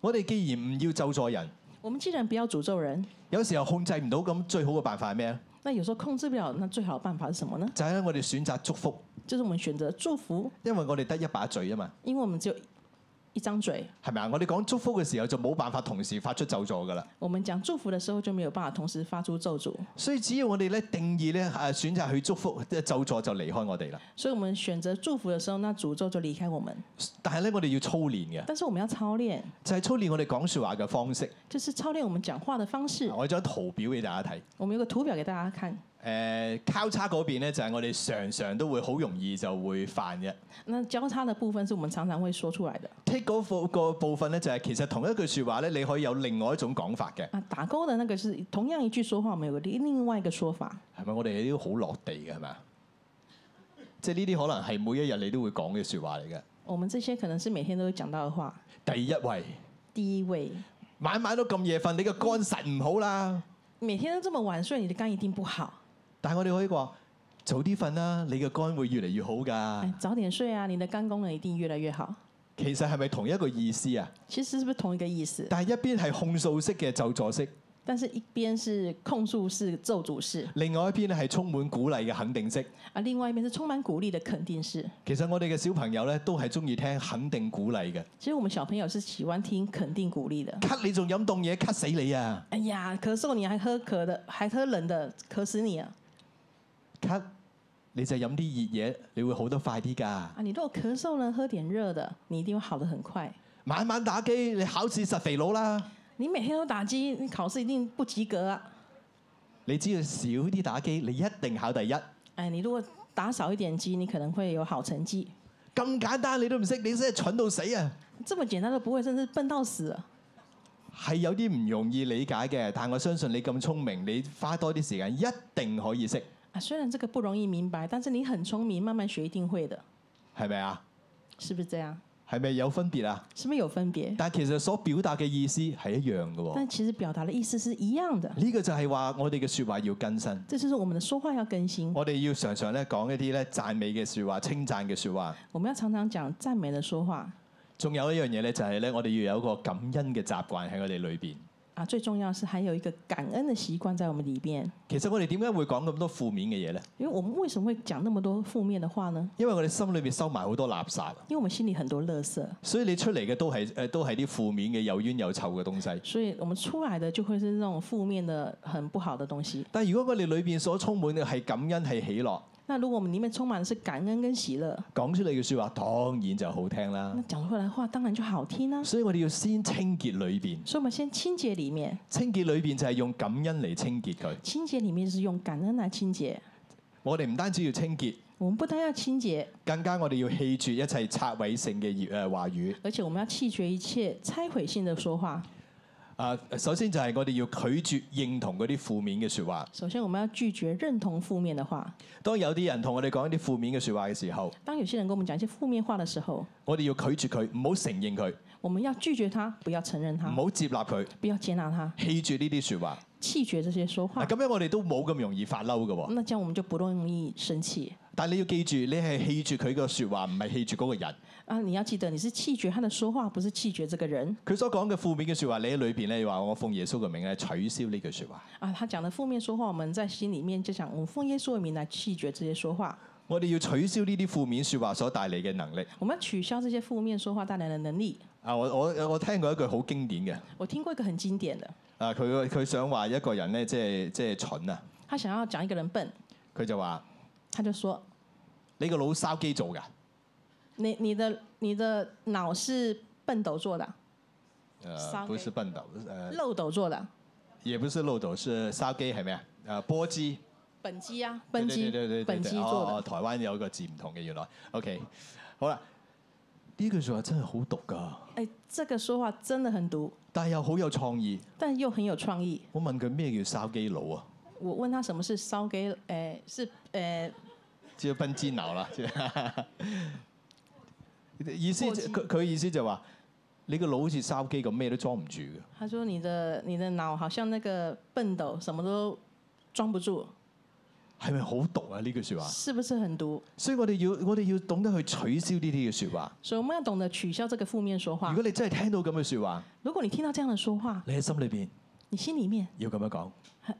Speaker 3: 我哋既然唔要咒詛人，
Speaker 4: 我们既然不要诅咒人，
Speaker 3: 有時候控制唔到咁，最好嘅辦法係咩咧？
Speaker 4: 那有时候控制不了，那最好的办法是什么呢？
Speaker 3: 就係咧，我哋選擇祝福，
Speaker 4: 就是我们选择祝福，
Speaker 3: 因為我哋得一把嘴啊嘛。
Speaker 4: 因为我们只有一张嘴。
Speaker 3: 係咪啊？我哋講祝福嘅時候就冇辦法同時發出咒詛㗎啦。
Speaker 4: 我们讲祝福的时候就没有办法同时发出咒诅，
Speaker 3: 所以只要我哋咧定義咧誒選擇去祝福，即係咒詛就離開我哋啦。
Speaker 4: 所以我们选择祝福的时候，那诅咒就离开我们。
Speaker 3: 但係咧，我哋要操練嘅，
Speaker 4: 但是我们要操练，
Speaker 3: 就係、操練我哋講説話嘅方式。
Speaker 4: 就是操练我们讲话的方式。
Speaker 3: 我有張圖表俾大家睇。
Speaker 4: 我们有个图表给大家看，
Speaker 3: 誒、交叉嗰邊咧，就係、我哋常常都會好容易就會犯嘅。
Speaker 4: 那交叉的部分是我们常常会说出来的。
Speaker 3: take 嗰部個部分咧，就係其實同一句説話咧，你可以有另外一種講法嘅，
Speaker 4: 啊，打勾的那个是同样一句说话，我们有个另另外一个说法。
Speaker 3: 係咪？我哋呢啲好落地嘅係咪啊？即係呢啲可能係每一日你都會講嘅説話嚟嘅。
Speaker 4: 我们这些可能是每天都会讲到的话。
Speaker 3: 第一位，
Speaker 4: 第一位，
Speaker 3: 晚晚都咁夜瞓，你個肝實唔好啦。
Speaker 4: 每天都这么晚睡，你的肝一定不好。
Speaker 3: 但係我哋可以話早啲瞓啦，你嘅肝會越嚟越好
Speaker 4: 哎
Speaker 3: 㗎。，
Speaker 4: 早点睡啊，你的肝功能一定越来越好。
Speaker 3: 其實係咪同一個意思啊？
Speaker 4: 其实是不是同一个意思？
Speaker 3: 但係一邊係控訴式嘅咒詛式，
Speaker 4: 但是一边是控诉式、咒诅式，
Speaker 3: 另外一邊咧係充滿鼓勵嘅肯定式。
Speaker 4: 啊，另外一边是充满鼓励的肯定式。
Speaker 3: 其實我哋嘅小朋友咧都係中意聽肯定鼓勵嘅。
Speaker 4: 其實我们小朋友是喜欢听肯定鼓励的。
Speaker 3: 咳你仲飲凍嘢，咳死你啊！
Speaker 4: 哎呀，咳嗽你还喝渴的，还喝冷的，渴死你啊！
Speaker 3: 咳，你就飲啲熱嘢，你會好得快啲㗎。
Speaker 4: 啊，你如果咳嗽呢，喝点热的，你一定会好的很快。
Speaker 3: 晚晚打機，你考試實肥佬啦。
Speaker 4: 你每天都打击，你考试一定不及格啊！
Speaker 3: 你只要少啲打機，你一定考第一。
Speaker 4: 哎，你如果打少一点鸡，你可能会有好成绩。
Speaker 3: 咁簡單你都唔識，你真係蠢到死啊！
Speaker 4: 这么简单都不会，真是笨到死啊了。
Speaker 3: 係有啲唔容易理解嘅，但我相信你咁聰明，你花多啲時間一定可以識，
Speaker 4: 啊，虽然这个不容易明白，但是你很聪明，慢慢学一定会的，
Speaker 3: 係咪啊？
Speaker 4: 是不是这样？
Speaker 3: 係咪有分別啊？
Speaker 4: 是不是有分别？
Speaker 3: 但其實所表達嘅意思係一樣嘅喎。
Speaker 4: 但其实表达的意思是一样的，
Speaker 3: 呢個就係話我哋嘅説話要更新，
Speaker 4: 这就是我们的说话要更新。
Speaker 3: 我哋要常常咧講一啲咧讚美嘅説話、稱讚嘅説話。
Speaker 4: 我们要常常讲赞美的说话
Speaker 3: 仲有一樣嘢咧，就係咧，我哋要有一個感恩嘅習慣喺我哋裏邊。
Speaker 4: 啊，最重要是还有一个感恩的习惯在我们里边。
Speaker 3: 其實我哋點解會講咁多負面嘅嘢咧？
Speaker 4: 因为我们为什么會讲那么多负面的话呢？
Speaker 3: 因為我哋心裏邊收埋好多垃圾，
Speaker 4: 因为我们心里很多垃圾，
Speaker 3: 所以你出嚟嘅都係誒、呃都係啲負面嘅又冤又臭嘅東西。
Speaker 4: 所以我们出来的就会是那种负面的、很不好的东西。
Speaker 3: 但係如果我哋裏邊所充滿嘅係感恩係喜樂，
Speaker 4: 那如果我们里面充满的是感恩跟喜乐，
Speaker 3: 講出嚟嘅説話當然就好聽啦
Speaker 4: 那。讲出来的话当然就好听啦、
Speaker 3: 所以我哋要先清潔裏邊，
Speaker 4: 所以我们先清洁里面，
Speaker 3: 清潔裏邊就係用感恩嚟清潔佢。
Speaker 4: 清洁里面是用感恩来清洁。
Speaker 3: 我哋唔單止要清潔，
Speaker 4: 我們不但要清洁，
Speaker 3: 更加我哋要棄絕一切拆毀性嘅言誒話語。
Speaker 4: 而且我们要弃绝一切拆毁性的说话。
Speaker 3: 啊，首先就係我哋要拒絕認同嗰啲負面嘅説話。
Speaker 4: 首先，我们要拒绝认同負面的話。
Speaker 3: 當有啲人同我哋講一啲負面嘅説話嘅時候，
Speaker 4: 當有些人跟我們講一些負面話的時候，
Speaker 3: 我哋要拒絕佢，唔好承認佢，
Speaker 4: 我們要拒絕他，不要承認
Speaker 3: 唔
Speaker 4: 他，
Speaker 3: 好接納佢，
Speaker 4: 不要接納他，
Speaker 3: 棄絕呢啲説話。
Speaker 4: 棄絕這些說
Speaker 3: 嗱，
Speaker 4: 話。
Speaker 3: 咁樣我哋都冇咁容易發嬲嘅喎。
Speaker 4: 那這樣我們就不容易生氣。
Speaker 3: 但你要記住，你係棄絕佢嘅説話，唔係棄絕嗰個人。
Speaker 4: 啊，你要記得，你是棄絕他的說話，不是棄絕這個人。
Speaker 3: 佢所講嘅負面嘅説話，你喺裏邊咧，你話我奉耶穌嘅名咧取消呢句説話。
Speaker 4: 啊，他講的負面說話，我們在心裡面就想，我奉耶穌的名來棄絕這些說話。
Speaker 3: 我哋要取消呢啲負面説話所帶嚟嘅能力。
Speaker 4: 我們要取消這些負面說話帶來的能力。
Speaker 3: 啊，我我我聽過一句好經典嘅，
Speaker 4: 我聽過一個很經典的，
Speaker 3: 啊，佢佢想話一個人咧，即係即係蠢啊，
Speaker 4: 他想要講一個人笨，
Speaker 3: 佢就話。
Speaker 4: 他就說：
Speaker 3: 你個腦筲箕做㗎？啊
Speaker 4: 你你的你的脑是笨斗做的啊，
Speaker 3: 呃，
Speaker 4: 燒
Speaker 3: 不
Speaker 4: 雞
Speaker 3: 是笨斗，呃，
Speaker 4: 漏斗做的啊，
Speaker 3: 也不是漏斗，是筲箕係咩啊？呃，波機，
Speaker 4: 本机啊，
Speaker 3: 對
Speaker 4: 本机
Speaker 3: 對對對對，
Speaker 4: 本
Speaker 3: 對
Speaker 4: 机做
Speaker 3: 哦，
Speaker 4: 的
Speaker 3: 哦。台灣有個字唔同嘅，原來。OK，好啦，呢句説話真係好毒㗎，
Speaker 4: 哎，这个说话真的很毒，
Speaker 3: 但係又好有創意。
Speaker 4: 但又很有創意。
Speaker 3: 我問佢咩叫筲箕佬啊？
Speaker 4: 我問他什麼是燒給，哎，是哎，
Speaker 3: 即係笨煎腦啦。即係 意思
Speaker 4: 波機
Speaker 3: 佢佢意思就話你個腦好似筲箕咁，咩都裝唔住嘅。
Speaker 4: 他說你的你的腦好像那個笨斗，什麼都裝不住，
Speaker 3: 係咪好毒啊？呢句説話，
Speaker 4: 是不是很毒？
Speaker 3: 所以我哋要我哋要懂得去取消呢啲嘅説話。
Speaker 4: 所以我們要懂得取消這個負面說
Speaker 3: 如
Speaker 4: 話
Speaker 3: 果。你真係聽到咁嘅説話，
Speaker 4: 如果你聽到這樣的說話，
Speaker 3: 你喺心裏邊
Speaker 4: 你心裡面
Speaker 3: 要咁樣講，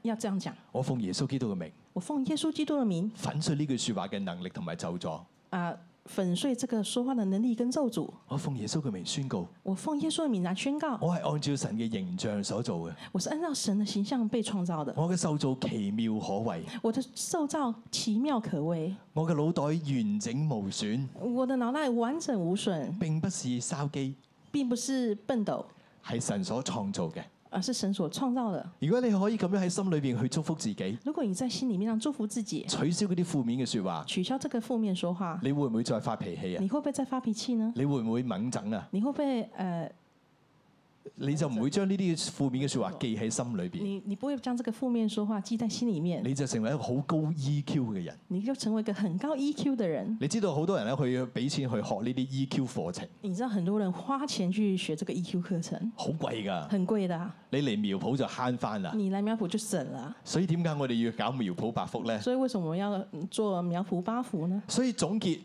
Speaker 4: 要這樣講：
Speaker 3: 我奉耶穌基督嘅名
Speaker 4: 我奉耶穌基督的名
Speaker 3: 粉碎呢句説話嘅能力同埋咒詛，
Speaker 4: 啊，粉碎这个说话的能力跟咒诅。
Speaker 3: 我奉耶穌嘅名宣告，
Speaker 4: 我奉耶稣的名来宣告，
Speaker 3: 我係按照神嘅形象所做嘅，
Speaker 4: 我是按照神的形象被创造的，
Speaker 3: 我嘅受造奇妙可畏，
Speaker 4: 我的受造奇妙可畏，
Speaker 3: 我嘅腦袋完整無損，
Speaker 4: 我的脑袋完整无损，
Speaker 3: 並不是筲箕，
Speaker 4: 并不是笨斗，
Speaker 3: 係神所創造嘅。
Speaker 4: 而是神所创造的。
Speaker 3: 如果你可以咁樣喺心裏邊去祝福自己，
Speaker 4: 如果你在心里面上祝福自己，
Speaker 3: 取消嗰啲負面嘅説話，
Speaker 4: 取消这个负面说话，
Speaker 3: 你會唔會再發脾氣啊？
Speaker 4: 你会不会再发脾气呢？
Speaker 3: 你會唔會猛整啊？
Speaker 4: 你会不会呃，
Speaker 3: 你就唔會將呢啲負面嘅説話記喺心裏邊，
Speaker 4: 你你不会将这个负面说话记在心里面，
Speaker 3: 你就成為一個好高 EQ 嘅人。
Speaker 4: 你就成为一个很高 EQ 的人。
Speaker 3: 你知道好多人咧，去俾錢去學呢啲 EQ 課程，
Speaker 4: 你知道很多人花钱去学这个 EQ 课程，
Speaker 3: 好貴㗎。
Speaker 4: 很贵的、啊，
Speaker 3: 你嚟苗圃就慳翻啦。
Speaker 4: 你来苗圃就省了啊、
Speaker 3: 所以點解我哋要搞苗圃百福呢？
Speaker 4: 所以为什么我们要做苗圃八福呢？
Speaker 3: 所以總結，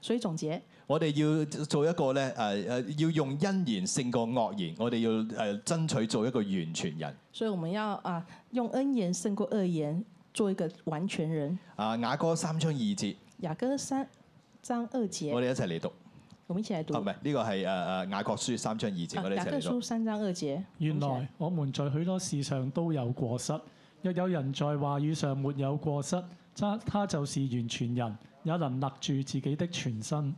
Speaker 4: 所以总结，
Speaker 3: 我哋要做一個咧誒誒，要用恩言勝過惡言。我哋要誒、呃、爭取做一個完全人。
Speaker 4: 所以我们要啊用恩言胜过恶言，做一个完全人。
Speaker 3: 啊雅歌三章二節，
Speaker 4: 雅歌三章二节，
Speaker 3: 我哋一齊嚟讀。
Speaker 4: 我们一起来读。
Speaker 3: 啊，唔係呢個係誒誒雅各書三章二節，我
Speaker 4: 啊
Speaker 3: 哋一
Speaker 4: 雅
Speaker 3: 齊
Speaker 4: 各
Speaker 3: 嚟讀
Speaker 4: 书。三章二节，
Speaker 5: 原
Speaker 4: 我们一
Speaker 5: 來
Speaker 4: 起
Speaker 5: 我們在許多事上都有過失。若有人在話語上沒有過失，他他就是完全人，也能勒住自己的全身。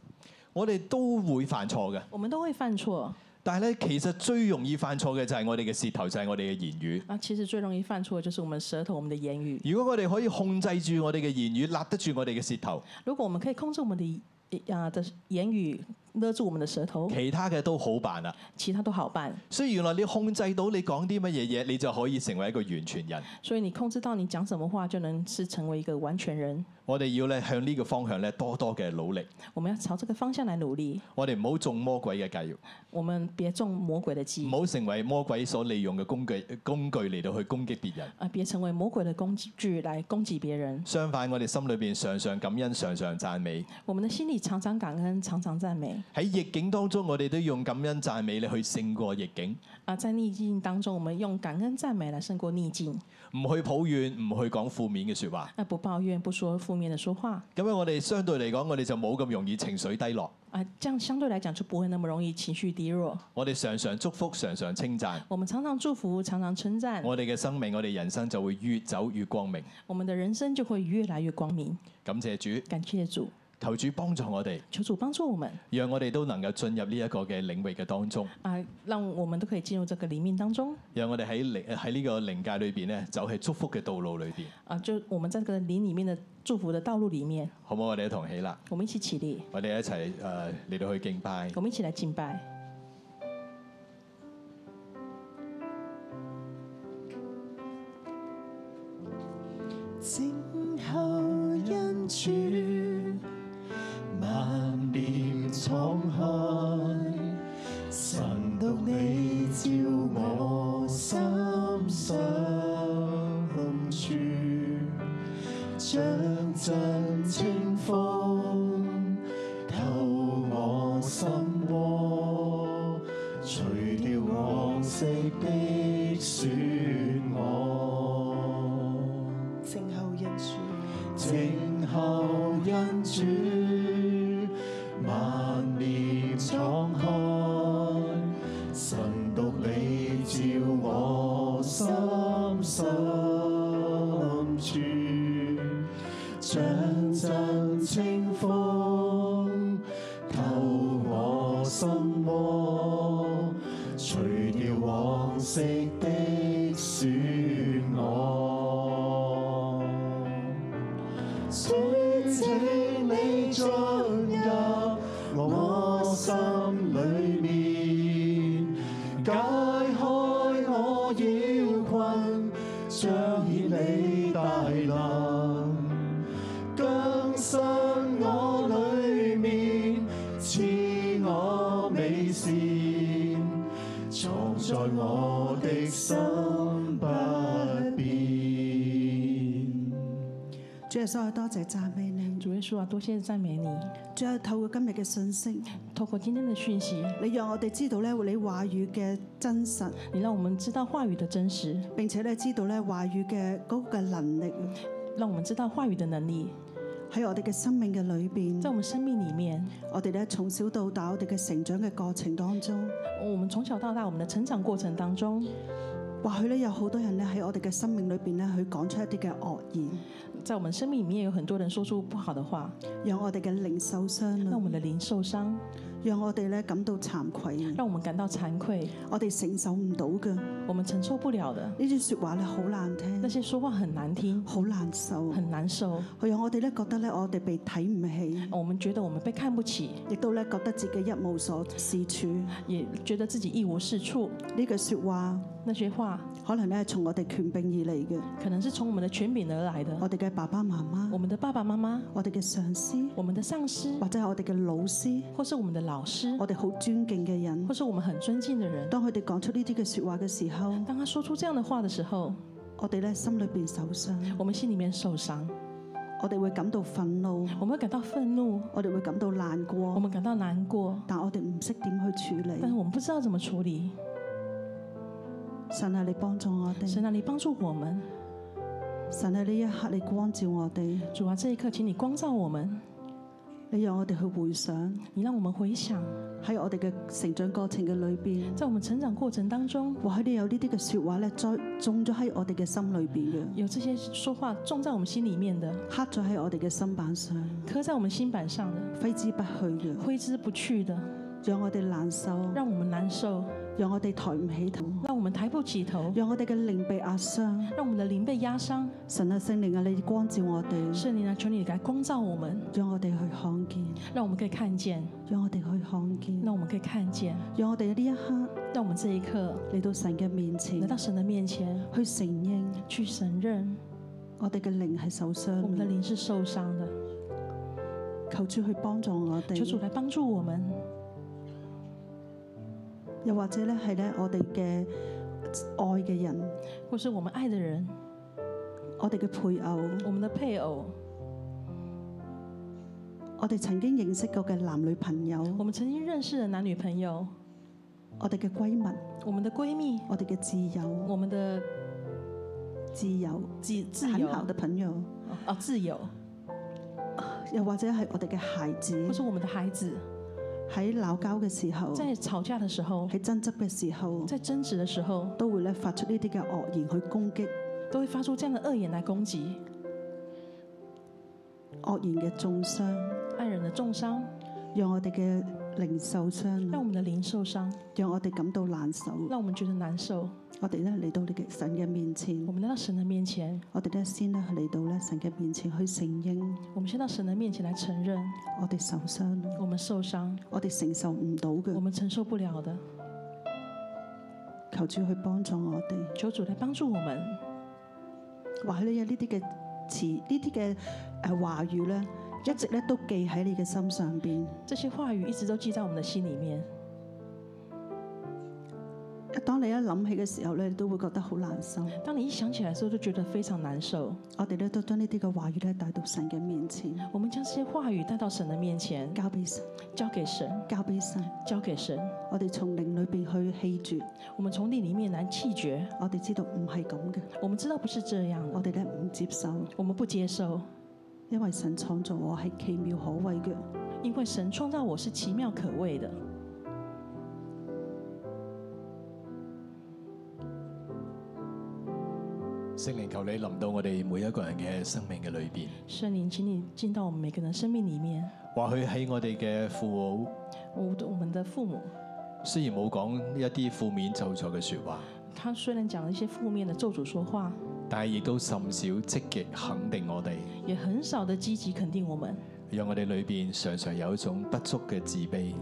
Speaker 3: 我哋都會犯錯嘅，
Speaker 4: 我們都会犯错
Speaker 3: 但係咧其實最容易犯錯嘅就係我哋嘅舌頭，就係、我哋嘅言語。
Speaker 4: 啊。其实最容易犯错的就是我们的舌头、我们的言语。
Speaker 3: 如果我哋可以控制住我哋嘅言語，立得住我哋嘅舌頭，
Speaker 4: 如果我们可以控制我们的啊的言语，勒住我们的舌头，
Speaker 3: 其他嘅都好啊辦啦。
Speaker 4: 其他都好办。
Speaker 3: 所以原來你控制到你講啲乜嘢嘢，你就可以成為一個完全人。
Speaker 4: 所以你控制到你讲什么话，就能是成为一个完全人。
Speaker 3: 我哋要咧向呢個方向咧多多嘅努力，
Speaker 4: 我们要朝这个方向来努力，
Speaker 3: 我哋唔好中魔鬼嘅計，
Speaker 4: 我们别中魔鬼的计
Speaker 3: 唔，好成為魔鬼所利用嘅工具工具嚟到去攻擊別人。
Speaker 4: 啊，别成为魔鬼的工具来攻击别人。
Speaker 3: 相反，我哋心裏邊常常感恩，常常讚美。
Speaker 4: 我们的心里常常感恩，常常赞美
Speaker 3: 喺逆境當中，我哋都用感恩讚美咧去勝過逆境，
Speaker 4: 啊，在逆境当中，我们用感恩赞美来胜过逆境
Speaker 3: 唔去抱怨，唔去講負面嘅説話。
Speaker 4: 啊，不抱怨，不说负面的说话
Speaker 3: 咁樣我哋相對嚟講，我哋就冇咁容易情緒低落。
Speaker 4: 啊，这样相对来讲就不会那么容易情绪低落。
Speaker 3: 我哋常常祝福，常常稱讚，
Speaker 4: 我们常常祝福，常常称赞，
Speaker 3: 我哋嘅生命，我哋人生就會越走越光明。
Speaker 4: 我们的人生就会越来越光明。
Speaker 3: 感謝主，
Speaker 4: 感谢主，
Speaker 3: 求主幫助我哋，
Speaker 4: 求主帮助我们
Speaker 3: 讓我哋都能夠進入呢一個嘅領域嘅當中，
Speaker 4: 啊，让我们都可以进入这个里面当中
Speaker 3: 讓我哋喺靈呃喺呢個靈界裏邊咧，走喺祝福嘅道路裏邊，
Speaker 4: 啊，就我们在这个灵里面的祝福的道路里面，
Speaker 3: 好唔好？我哋一同起立，
Speaker 4: 我们一起起立，
Speaker 3: 我哋一齊誒嚟到去敬拜。
Speaker 4: 我们一起来敬拜。
Speaker 6: 静候恩主，萬念敞開，神獨你照我心深處，將真清風透我心窩，除掉往昔的損我。
Speaker 7: 靜候恩主，
Speaker 6: 靜候恩主，萬念敞開，神獨你照我心深處，將真清風透我心窩，除掉往昔的損我。水請你進入我心裏面，解開我妖困，彰顯你大能，更新我裏面，賜我美善，藏在我的心不變。
Speaker 7: 主耶穌，我多謝讚美你。
Speaker 4: 主耶穌啊，多謝讚美你。
Speaker 7: 主啊，透過今日嘅信息，
Speaker 4: 透過今天的訊息，
Speaker 7: 你讓我哋知道咧你話語嘅真實，
Speaker 4: 你讓我們知道話語的真實，
Speaker 7: 並且咧知道咧話語嘅嗰個嘅能力。
Speaker 4: 讓我們知道話語的能力。
Speaker 7: 喺我哋嘅生命嘅裏邊
Speaker 4: 在。我们生命里面，
Speaker 7: 我哋咧從小到大，我哋嘅成長嘅過程當中，
Speaker 4: 我们从小到大，我们的成长过程当中，
Speaker 7: 或許咧有好多人咧喺我哋嘅生命裏邊咧，去講出一啲嘅惡言，
Speaker 4: 在我们生命里面有很多人说出不好的话，
Speaker 7: 讓我哋嘅靈受傷
Speaker 4: 让我
Speaker 7: 啦，
Speaker 4: 们的灵受伤，
Speaker 7: 讓我哋咧感到慚愧啊！
Speaker 4: 让我们感到惭愧，
Speaker 7: 我哋承受唔到嘅呢
Speaker 4: 我们承受不了的。
Speaker 7: 啲説話咧，好難
Speaker 4: 那
Speaker 7: 聽，
Speaker 4: 些说话很难听，
Speaker 7: 好難受，
Speaker 4: 很難受，
Speaker 7: 佢讓我哋咧覺得咧，我哋被睇唔起，
Speaker 4: 我们觉得我们被看不起，
Speaker 7: 亦都咧覺得自己一無所是處。呢
Speaker 4: 也觉得自己一无是处。
Speaker 7: 句説話
Speaker 4: 那些话
Speaker 7: 可能咧係從我哋權柄而嚟嘅，
Speaker 4: 可能是從我们的权柄而来的，
Speaker 7: 我哋嘅爸爸媽
Speaker 4: 我
Speaker 7: 媽、
Speaker 4: 们的爸爸妈妈、
Speaker 7: 我哋嘅上司
Speaker 4: 我们的上司，
Speaker 7: 或者係我哋嘅老師，
Speaker 4: 或是我们的老师，
Speaker 7: 我哋好尊敬嘅人
Speaker 4: 或。是我们很尊敬的人。
Speaker 7: 當佢哋講出呢啲嘅説話嘅時候，
Speaker 4: 当他说出这样的话的时候，
Speaker 7: 我哋咧心裏邊受傷，
Speaker 4: 我们心里面受伤，
Speaker 7: 我哋會感到憤怒，
Speaker 4: 我们会感到愤怒，
Speaker 7: 我哋會感到難
Speaker 4: 我
Speaker 7: 過，
Speaker 4: 们感到难过，
Speaker 7: 但我哋唔識點去處
Speaker 4: 但是
Speaker 7: 理。
Speaker 4: 我们不知道怎么处理。
Speaker 7: 神啊，你幫助我哋，
Speaker 4: 神啊，你帮助我们，
Speaker 7: 神啊，呢一刻你光照我哋，
Speaker 4: 主啊，這一刻，请你光照我们，
Speaker 7: 你讓我哋去回想
Speaker 4: 你让我们回想，
Speaker 7: 喺我哋嘅成長過程嘅裏邊，
Speaker 4: 在我们成长过程当中，
Speaker 7: 或許你有呢啲嘅説話咧，栽種咗喺我哋嘅心裏邊嘅，
Speaker 4: 有这些说话种在我们心里面的，
Speaker 7: 刻咗喺我哋嘅心板上，
Speaker 4: 刻在我们心板上的。
Speaker 7: 揮之不去嘅，
Speaker 4: 挥之不去的，
Speaker 7: 讓我哋難受，
Speaker 4: 让我们難受，
Speaker 7: 讓我哋抬唔起頭，
Speaker 4: 让我们抬不起头，
Speaker 7: 讓我哋嘅靈被壓傷。
Speaker 4: 让我们的灵被压伤。
Speaker 7: 神啊，聖靈啊，你光照我哋，
Speaker 4: 圣灵啊，求你来光照我们，
Speaker 7: 讓我哋去看見，
Speaker 4: 让我们可以看见，
Speaker 7: 讓我哋去看見，
Speaker 4: 让我们可以看见，
Speaker 7: 讓我哋呢一刻
Speaker 4: 让我们这一刻
Speaker 7: 嚟到神嘅面前
Speaker 4: 来，到神的面前，
Speaker 7: 去承認
Speaker 4: 去承认
Speaker 7: 我哋嘅靈係受傷
Speaker 4: 我们的
Speaker 7: 嘅，
Speaker 4: 灵是受伤的。
Speaker 7: 求主去幫助我
Speaker 4: 求主
Speaker 7: 哋，
Speaker 4: 来帮助我们，
Speaker 7: 又或者咧係咧我哋嘅愛嘅人，
Speaker 4: 或是我们爱的人，
Speaker 7: 我哋嘅配偶，
Speaker 4: 我们的配偶，
Speaker 7: 我哋曾經認識過嘅男女朋友，
Speaker 4: 我们曾经认识的男女朋友，
Speaker 7: 我哋嘅閨蜜，
Speaker 4: 我们的闺蜜，
Speaker 7: 我哋嘅摯友，
Speaker 4: 我们的
Speaker 7: 摯友，
Speaker 4: 自自
Speaker 7: 很
Speaker 4: 由
Speaker 7: 好嘅朋友，
Speaker 4: 哦，自由，
Speaker 7: 又或者係我哋嘅孩子，
Speaker 4: 或是我们的孩子，
Speaker 7: 喺鬧交嘅時候，
Speaker 4: 在吵架的时候，
Speaker 7: 喺爭執嘅時候。
Speaker 4: 在争执的时候，
Speaker 7: 都會咧發出呢啲嘅惡言去攻擊
Speaker 4: 都会发出这样的恶言来攻击
Speaker 7: 惡言嘅中傷，
Speaker 4: 爱人的重伤，
Speaker 7: 讓我哋嘅靈受
Speaker 4: 让
Speaker 7: 傷，
Speaker 4: 我们的灵受伤，
Speaker 7: 讓我哋感到難受。
Speaker 4: 让我们觉得难受。
Speaker 7: 我哋咧嚟到你嘅神嘅面前
Speaker 4: 我，们来到神的面前，
Speaker 7: 我哋咧先咧嚟到咧神嘅面前去承認
Speaker 4: 我们先到神的面前来承认
Speaker 7: 我哋受傷，
Speaker 4: 我们受伤，
Speaker 7: 我哋承受唔到
Speaker 4: 我
Speaker 7: 嘅，
Speaker 4: 们承受不了的。
Speaker 7: 求主去幫助我哋。
Speaker 4: 求主来帮助我们。
Speaker 7: 或許咧有呢啲嘅詞，呢啲嘅呃誒話語咧，一直咧都記喺你嘅心上邊。
Speaker 4: 这些话语一直都记在我们的心里面。
Speaker 7: 當你一諗起嘅時候咧，你都會覺得好難受。
Speaker 4: 当你一想起来的时候，就觉得非常難受。
Speaker 7: 我哋咧都將呢啲嘅話語咧帶到神嘅面前，
Speaker 4: 我们将这些话语带到神的面前，
Speaker 7: 交俾神。
Speaker 4: 交给神，
Speaker 7: 交俾神，
Speaker 4: 交给神。
Speaker 7: 我哋從靈裏邊去棄絕，
Speaker 4: 我们从地里面来弃绝，
Speaker 7: 我哋知道唔係咁嘅，
Speaker 4: 我们知道不是这样的
Speaker 7: 我，哋咧唔接受，
Speaker 4: 我们不接受，
Speaker 7: 因為神創造我係奇妙可畏嘅。
Speaker 4: 因为神创造我是奇妙可畏的。
Speaker 3: 聖靈求你臨到我哋每一個人嘅生命嘅裏邊，
Speaker 4: 圣灵，请你进到我们每个人生命里面。
Speaker 3: 或許喺我哋嘅父母，
Speaker 4: 我我们的父母，
Speaker 3: 雖然冇講一啲負面咒詛嘅説話，
Speaker 4: 他虽然讲了一些负面的咒诅说话，
Speaker 3: 但係亦都甚少積極肯定我哋，
Speaker 4: 也很少的积极肯定我们，
Speaker 3: 讓我哋裏邊常常有一種不足嘅自卑。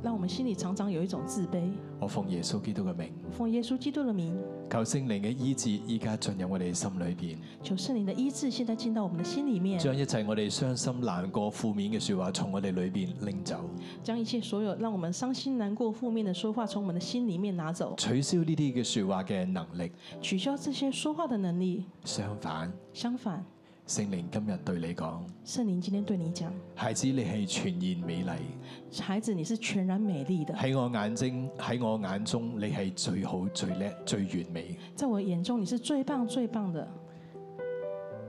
Speaker 4: 让我们心里常常有一种自卑。
Speaker 3: 我奉耶穌基督嘅名，
Speaker 4: 奉耶稣基督的名，
Speaker 3: 求聖靈嘅醫治依家進入我哋心裏邊，
Speaker 4: 求圣灵的医治现在进到我们的心里面，
Speaker 3: 將啊一切我哋傷心難過、負面嘅説話從我哋裏邊拎走，
Speaker 4: 将一切所有让我们伤心、难过、负面的说话从我们的心里面拿走，
Speaker 3: 取消呢啲嘅説話嘅能力。
Speaker 4: 取消这些说话的能力。
Speaker 3: 相反，
Speaker 4: 相反，
Speaker 3: 聖靈今日對你講：
Speaker 4: 圣灵今天对你讲，
Speaker 3: 孩子，你係全然美麗。
Speaker 4: 孩子，你是全然美丽的，
Speaker 3: 喺我眼睛，喺我眼中，你係最好、最叻、最完美。
Speaker 4: 在我眼中你是最棒、最棒的。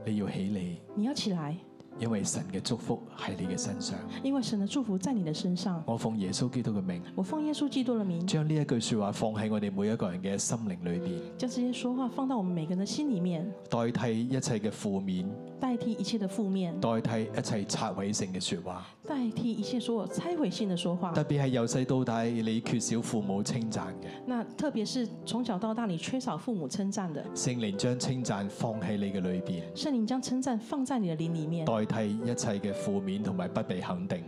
Speaker 3: 你要起嚟，
Speaker 4: 你要起来，
Speaker 3: 因為神嘅祝福喺你嘅身上。
Speaker 4: 因为神的祝福在你的身上。
Speaker 3: 我奉耶穌基督嘅名，
Speaker 4: 我奉耶稣基督的名，
Speaker 3: 將呢一句说話放喺我哋每一個人嘅心靈裏边，
Speaker 4: 将这些说话放到我们每个人的心里面，
Speaker 3: 代替一切嘅負面，
Speaker 4: 代替一切的负面，
Speaker 3: 代替一切拆毀性嘅说話。
Speaker 4: 代替一切所有拆毁性的说话
Speaker 3: 特。別係由細到大，你缺少父母稱讚嘅，
Speaker 4: 那特别是从小到大你缺少父母称赞的，
Speaker 3: 聖靈將稱讚放喺你嘅裏边，
Speaker 4: 圣灵将称赞放在你的灵里面，
Speaker 3: 代替一切嘅負面同埋不被肯定。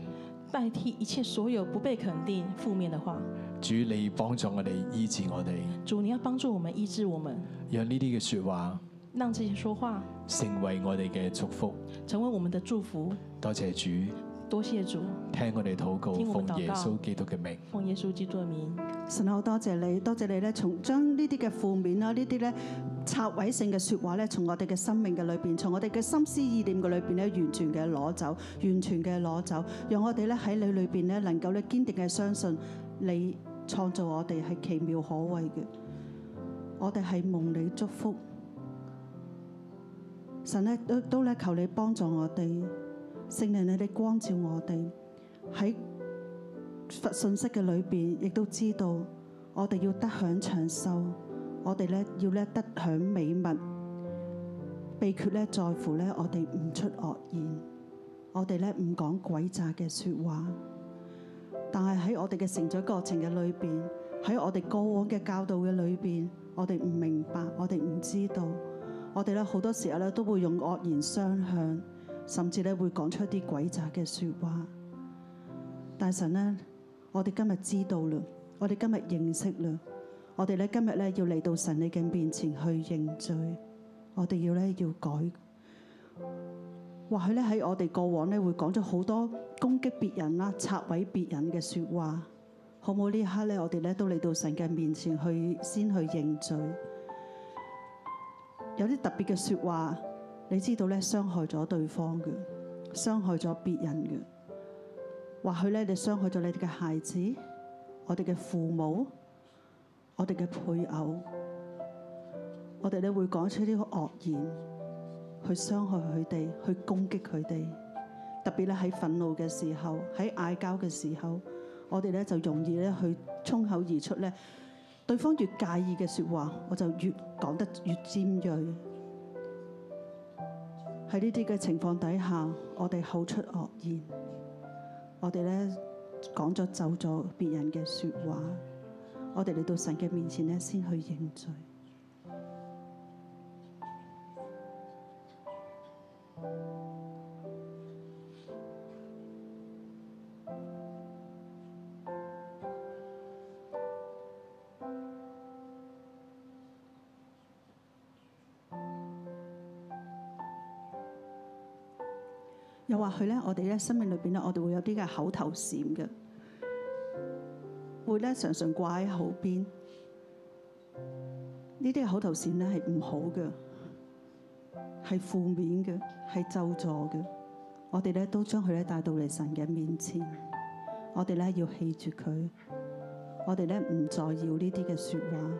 Speaker 4: 代替一切所有不被肯定负面的话。
Speaker 3: 主，你幫助我哋醫治我哋，
Speaker 4: 主，你要帮助我们医治我们，
Speaker 3: 讓呢啲嘅说話
Speaker 4: 让这些说话
Speaker 3: 成為我哋嘅祝福。
Speaker 4: 成为我们的祝福。
Speaker 3: 多謝主，
Speaker 4: 多谢主，
Speaker 3: 聽我哋禱告，
Speaker 4: 聽我們禱告
Speaker 3: 奉耶穌基督嘅名。
Speaker 4: 奉耶稣基督的名。
Speaker 7: 神好多謝你，多謝你咧，從將呢啲嘅負面啦，呢啲咧拆毀性嘅説話咧，從我哋嘅生命嘅裏邊，從我哋嘅心思意念嘅裏邊咧，完全嘅攞走，完全嘅攞走，讓我哋咧喺你裏邊咧，能夠咧堅定嘅相信你創造我哋係奇妙可畏嘅，我哋係蒙你祝福。神咧都都咧求你幫助我哋，聖靈你哋光照我哋喺。佛信息嘅裏邊，亦都知道我哋要得享長壽，我哋咧要咧得享美物。秘訣咧在乎咧我哋唔出惡言，我哋咧唔講鬼詐嘅説話。但係喺我哋嘅成長過程嘅裏邊，喺我哋過往嘅教導嘅裏邊，我哋唔明白，我哋唔知道，我哋咧好多時候咧都會用惡言相向，甚至咧會講出一啲鬼詐嘅説話。大神呢，我哋今日知道啦，我哋今日認識啦，我哋咧今日咧要嚟到神你嘅面前去認罪，我哋要咧要改。或許咧喺我哋過往咧會講咗好多攻擊別人啦、拆毀別人嘅説話，好冇呢一刻咧，我哋咧都嚟到神嘅面前去先去認罪。有啲特別嘅説話，你知道咧傷害咗對方嘅，傷害咗別人嘅。或許咧，你傷害咗你哋嘅孩子、我哋嘅父母、我哋嘅配偶，我哋咧會講出呢個惡言，去傷害佢哋，去攻擊佢哋。特別咧喺憤怒嘅時候，喺嗌交嘅時候，我哋咧就容易咧去衝口而出咧，對方越介意嘅説話，我就越講得越尖鋭。喺呢啲嘅情況底下，我哋口出惡言。我哋咧講咗走咗別人嘅説話，我哋嚟到神嘅面前咧，先去認罪。又或許咧，我哋咧生命裏邊咧，我哋會有啲嘅口頭禪嘅，會咧常常掛喺口邊。呢啲嘅口頭禪咧係唔好嘅，係負面嘅，係咒詛嘅。我哋咧都將佢咧帶到嚟神嘅面前，我哋咧要棄絕佢，我哋咧唔再要呢啲嘅説話。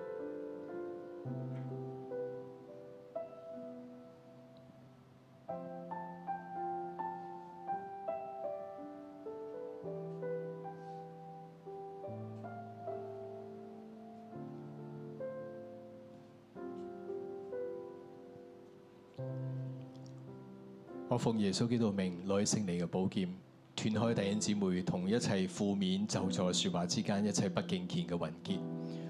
Speaker 3: 我奉耶穌基督名，攞起聖靈嘅寶劍，斷開弟兄姊妹同一切負面咒詛説話之間一切不敬虔嘅雲結。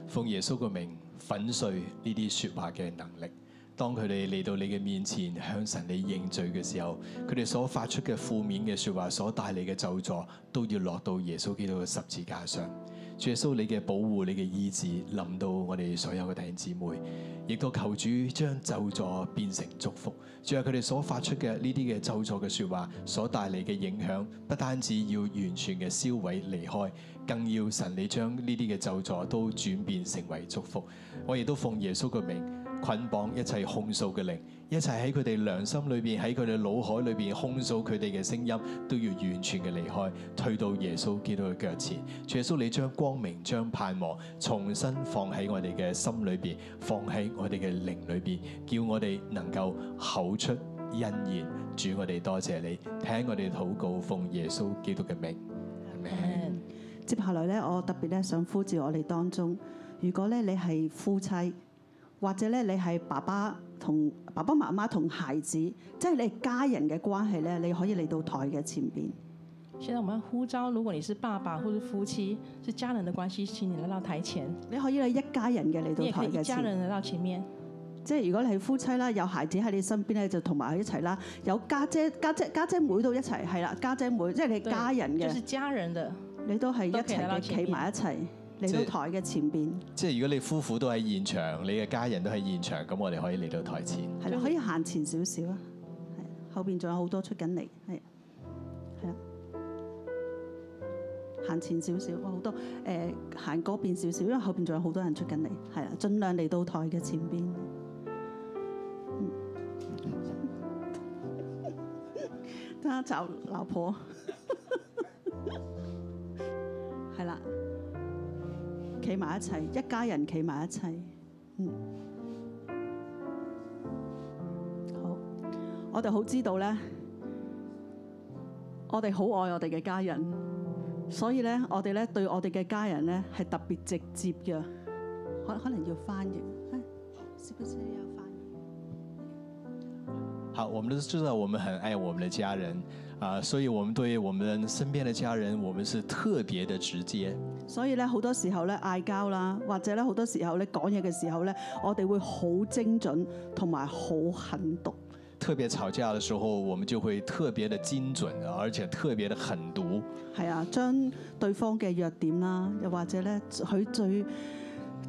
Speaker 3: 奉耶穌嘅名，粉碎呢啲説話嘅能力。當佢哋嚟到你嘅面前向神你認罪嘅時候，佢哋所發出嘅負面嘅説話所帶嚟嘅咒詛，都要落到耶穌基督嘅十字架上。主耶穌，你嘅保護，你嘅醫治，臨到我哋所有嘅弟兄姊妹，亦都求主將咒詛變成祝福。主啊，佢哋所發出嘅呢啲嘅咒詛嘅説話，所帶嚟嘅影響，不單止要完全嘅消毀離開，更要神你將呢啲嘅咒詛都轉變成為祝福。我亦都奉耶穌嘅名，捆綁一切控訴嘅靈，一切喺佢哋良心裏邊，喺佢哋腦海裏邊控訴佢哋嘅聲音，都要完全嘅離開，退到耶穌基督嘅腳前。主耶穌，你將光明、將盼望，重新放喺我哋嘅心裏邊，放喺我哋嘅靈裏邊，叫我哋能夠口出欣然。主，我哋多謝你，聽我哋禱告，奉耶穌基督嘅名。Amen
Speaker 7: 嗯接下來咧，我特別咧想呼召我哋當中，如果咧你係夫妻，或者咧你係爸爸同爸爸媽媽同孩子，即係你家人嘅關係咧，你可以嚟到台嘅前邊。
Speaker 4: 现在我们要呼召，如果你是爸爸或是夫妻，是家人的关系，请你来到台前，
Speaker 7: 你可以咧一家人嘅嚟
Speaker 4: 你
Speaker 7: 到
Speaker 4: 也可
Speaker 7: 台
Speaker 4: 以
Speaker 7: 嘅
Speaker 4: 一家
Speaker 7: 前面。
Speaker 4: 人来到前面。
Speaker 7: 即係如果你係夫妻啦，有孩子喺你身邊咧，就同埋佢一齊啦。有家姐、家姐、家姐妹都一齊，係啦，家姐妹即係你
Speaker 4: 对
Speaker 7: 家人
Speaker 4: 就是
Speaker 7: 嘅，
Speaker 4: 家人的，
Speaker 7: 你都係一
Speaker 4: 都企
Speaker 7: 齊
Speaker 4: 喺
Speaker 7: 嘅，
Speaker 4: 我
Speaker 7: 企
Speaker 4: 前
Speaker 7: 埋一齊嚟
Speaker 3: 即係
Speaker 7: 到台嘅前邊，
Speaker 3: 即係如果你夫婦都喺現場，你嘅家人都喺現場，咁我哋可以嚟到台前。
Speaker 7: 係啦，可以行前少少啊，係後邊仲有好多出緊嚟，係係啦，行前少少，哇好多誒、呃行嗰邊少少，因為後邊仲有好多人出緊嚟，係啦，盡量嚟到台嘅前邊。嗯等下就老婆， 係啦，企埋一齊，一家人企埋一齊。好，我哋好知道咧，我哋好愛我哋嘅家人，所以咧，我哋咧對我哋嘅家人咧係特別直接嘅，可可能要翻譯，哎是不是要翻譯？
Speaker 3: 好，我们都知道我们很爱我们的家人啊、所以我们对我们身边的家人，我们是特别的直接。
Speaker 7: 所以咧，好多時候咧嗌交啦，或者咧好多時候咧講嘢嘅時候咧，我哋會好精準同埋好狠毒。
Speaker 3: 特别吵架的时候，我们就会特别的精准，而且特别的狠毒。
Speaker 7: 係啊，將對方嘅弱點啦，又或者咧佢最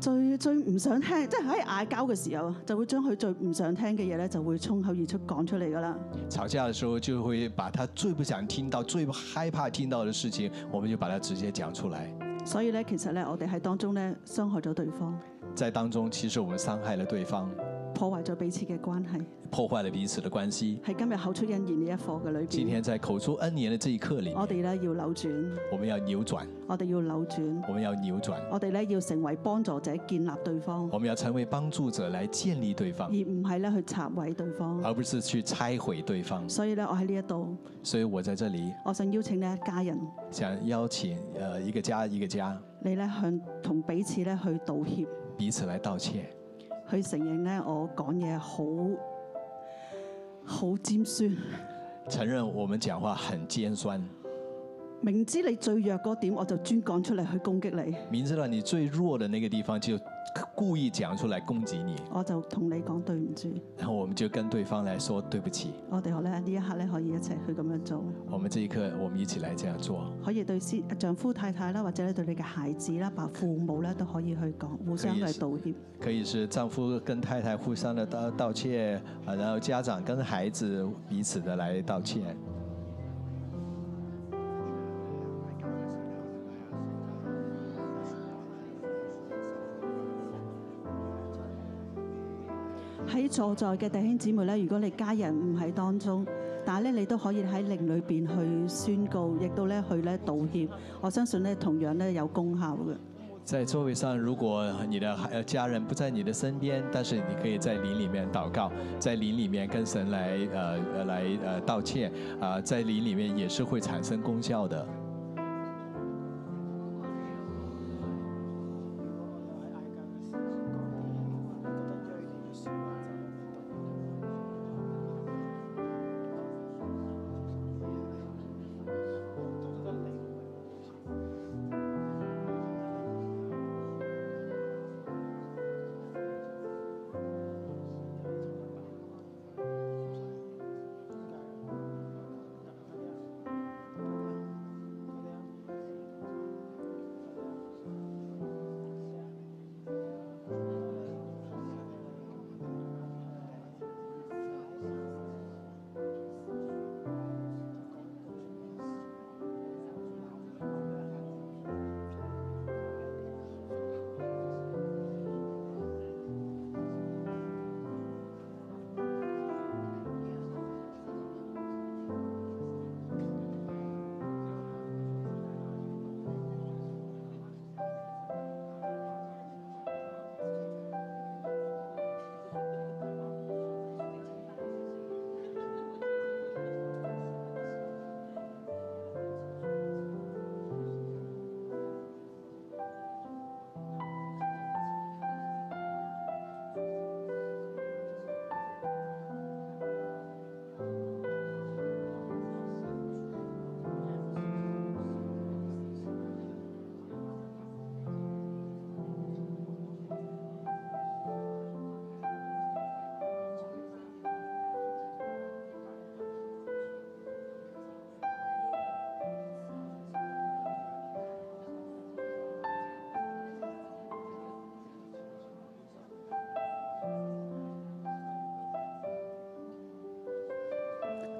Speaker 7: 最最唔想聽，即係喺嗌交嘅時候啊，就會將佢最唔想聽嘅嘢咧，就會衝口而出講出嚟噶啦。
Speaker 3: 吵架的时候就会把他最不想听到、最害怕听到的事情，我们就把它直接讲出来。
Speaker 7: 所以咧，其實咧，我哋喺當中咧傷害咗對方，
Speaker 3: 在当中，其实我们伤害了对方，
Speaker 7: 破壞咗彼此嘅關係，
Speaker 3: 破坏了彼此的關係。
Speaker 7: 喺今日口出恩言呢一課嘅裏
Speaker 3: 今
Speaker 7: 邊，
Speaker 3: 天在口出恩言的這一刻里面，
Speaker 7: 我哋咧要扭轉，
Speaker 3: 我們要扭轉，
Speaker 7: 我哋要扭轉，
Speaker 3: 我們要扭轉，
Speaker 7: 我哋咧要成為幫助者，建立對方，
Speaker 3: 我們要成為幫助者來建立對
Speaker 7: 而
Speaker 3: 方，
Speaker 7: 唔係咧去拆毀對方。
Speaker 3: 而不是去拆毀對方。
Speaker 7: 所以咧，我喺呢一度，
Speaker 3: 所以我在這裡
Speaker 7: 我想邀請呢一家人。
Speaker 3: 想邀請，呃，一個家一個家
Speaker 7: 你咧向同彼此咧去道歉，
Speaker 3: 彼此來道歉，
Speaker 7: 去承認咧我講嘢好好尖酸，
Speaker 3: 承認我們講話很尖酸，
Speaker 7: 明知你最弱嗰點，我就專講出嚟去攻擊你，
Speaker 3: 明知道你最弱的那個地方就故意講出來攻擊你，
Speaker 7: 我就同你講對唔住。
Speaker 3: 然後我們就跟對方來說對不起。
Speaker 7: 我哋咧呢一刻咧可以一齊去咁樣做，
Speaker 3: 我們這一刻，我們一起來這樣做，
Speaker 7: 可以對先丈夫太太啦，或者咧對你嘅孩子啦、爸父母咧都可以去講，互相去道歉。
Speaker 3: 可以是丈夫跟太太互相的道道歉，啊，然後家長跟孩子彼此的來道歉。
Speaker 7: 喺座在嘅弟兄姊妹咧，如果你家人唔喺當中，但係咧你都可以喺靈裏邊去宣告，亦都咧去咧道歉。我相信咧同樣咧有功效嘅。
Speaker 3: 在座位上，如果你的孩呃家人不在你的身边，但是你可以在林里面祷告，在林里面跟神来呃呃来呃道歉啊、在林里面也是会产生功效的。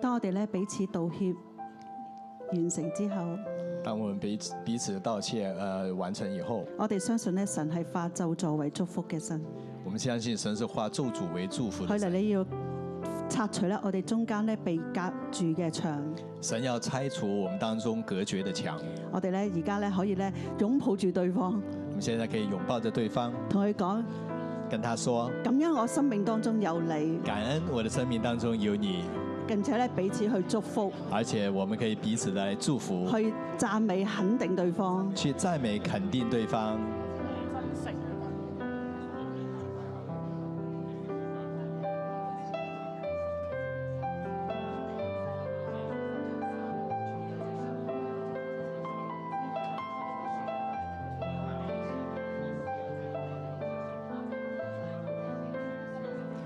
Speaker 7: 當我哋咧彼此道歉完成之後，
Speaker 3: 当我们彼此彼此道歉，呃，完成以后，
Speaker 7: 我哋相信咧神係化咒詛為祝福嘅神。
Speaker 3: 我们相信神是化咒诅为祝福
Speaker 7: 佢
Speaker 3: 的
Speaker 7: 嚟
Speaker 3: 神。
Speaker 7: 你要拆除咧我哋中間咧被隔住嘅牆。
Speaker 3: 神要拆除我们当中隔绝的墙。
Speaker 7: 我哋咧而家咧可以咧擁抱住對方，
Speaker 3: 我们现在可以拥抱着对方，
Speaker 7: 同佢講：
Speaker 3: 跟他说
Speaker 7: 咁樣我生命當中有你：“，
Speaker 3: 感恩我的生命当中有你。
Speaker 7: 並且咧彼此去祝福，”
Speaker 3: 而且我们可以彼此的来祝福，
Speaker 7: 去讚美肯定對方。
Speaker 3: 去赞美、肯定对方。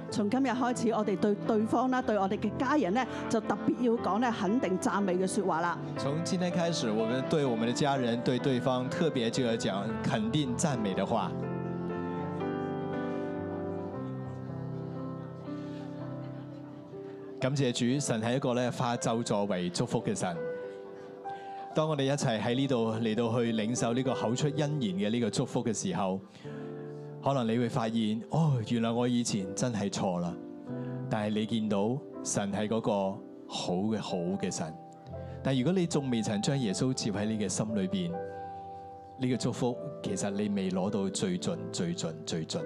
Speaker 7: 從今日開始，我哋對對方啦，對我哋嘅家人咧，就特別要講咧肯定讚美嘅説話啦。
Speaker 3: 从今天开始，我们对我们的家人、对对方，特别就要讲肯定、赞美的话。感謝主，神係一個咧化咒詛為祝福嘅神。當我哋一齊喺呢度嚟到去領受呢個口出恩言嘅呢個祝福嘅時候，可能你會發現，哦，原來我以前真係錯啦。但係你見到神係嗰個好嘅好嘅神。但如果你仲未曾將耶穌接喺你嘅心裏邊，呢、個祝福其實你未攞到最盡、最盡、最盡。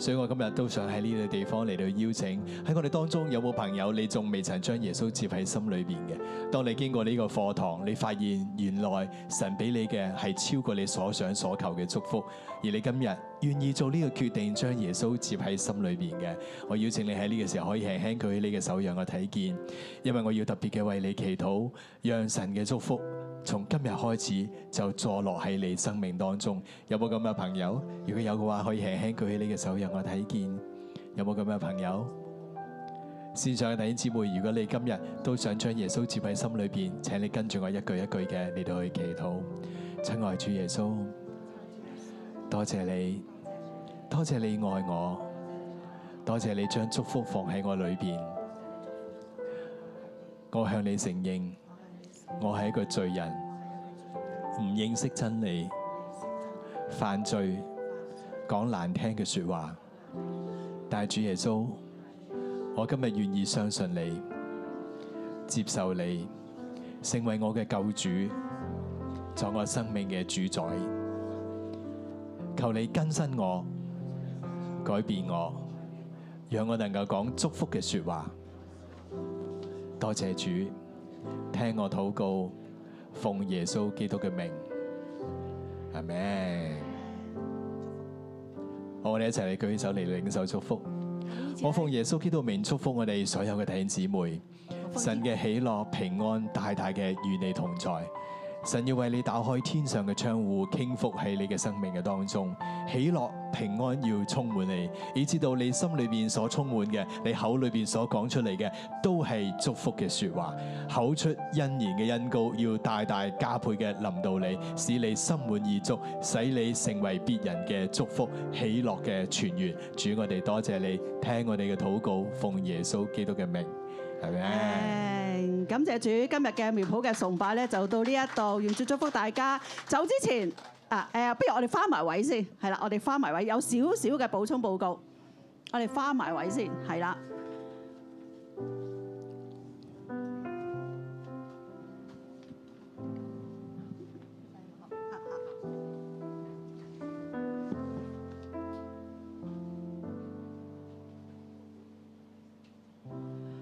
Speaker 3: 所以我今日都想喺呢個地方嚟到邀請，喺我哋當中有冇朋友你仲未曾將耶穌接喺心裏邊嘅？當你經過呢個課堂，你發現原來神俾你嘅係超過你所想所求嘅祝福，而你今日願意做呢個決定，將耶穌接喺心裏邊嘅，我邀請你喺呢個時候可以輕輕舉起你嘅手，讓我睇見。因為我要特別嘅為你祈禱，讓神嘅祝福從今日開始就坐落喺你生命當中。有冇咁嘅朋友？如果有嘅話，可以輕輕舉起你嘅手，讓我睇見。有冇咁嘅朋友？線上嘅弟兄姊妹，如果你今日都想將耶穌接喺心裏邊，請你跟住我一句一句嘅嚟到去祈禱。親愛主耶穌，多謝你，多謝你愛我，多謝你將祝福放喺我裏邊。我向你承認，我係一個罪人，唔認識真理，犯罪，講難聽嘅说話。但係主耶穌，我今日願意相信你，接受你，成為我嘅救主，作我生命嘅主宰。求你更新我，改變我，讓我能夠講祝福嘅说話。多謝主，聽我禱告，奉耶穌基督嘅名，阿門。好，我哋一齊嚟舉起手嚟領受祝福。我奉耶穌基督嘅名祝福我哋所有嘅弟兄姊妹，神嘅喜樂平安大大嘅與你同在。神要為你打開天上嘅窗戶，傾覆喺你嘅生命嘅當中，喜樂平安要充滿你，以至到你心裏邊所充滿嘅，你口裏邊所講出嚟嘅，都係祝福嘅説話，口出恩言嘅恩膏要大大加倍嘅臨到你，使你心滿意足，使你成為別人嘅祝福、喜樂嘅泉源。主，我哋多謝你，聽我哋嘅禱告，奉耶穌基督嘅名，係咪？啊
Speaker 7: 誒感謝主，今日嘅苗圃嘅崇拜咧就到呢一度，願主祝福大家。走之前啊誒、不如我哋翻埋位先，係啦，我哋翻埋位，有少少嘅補充報告，我哋翻啊埋位先，係啦。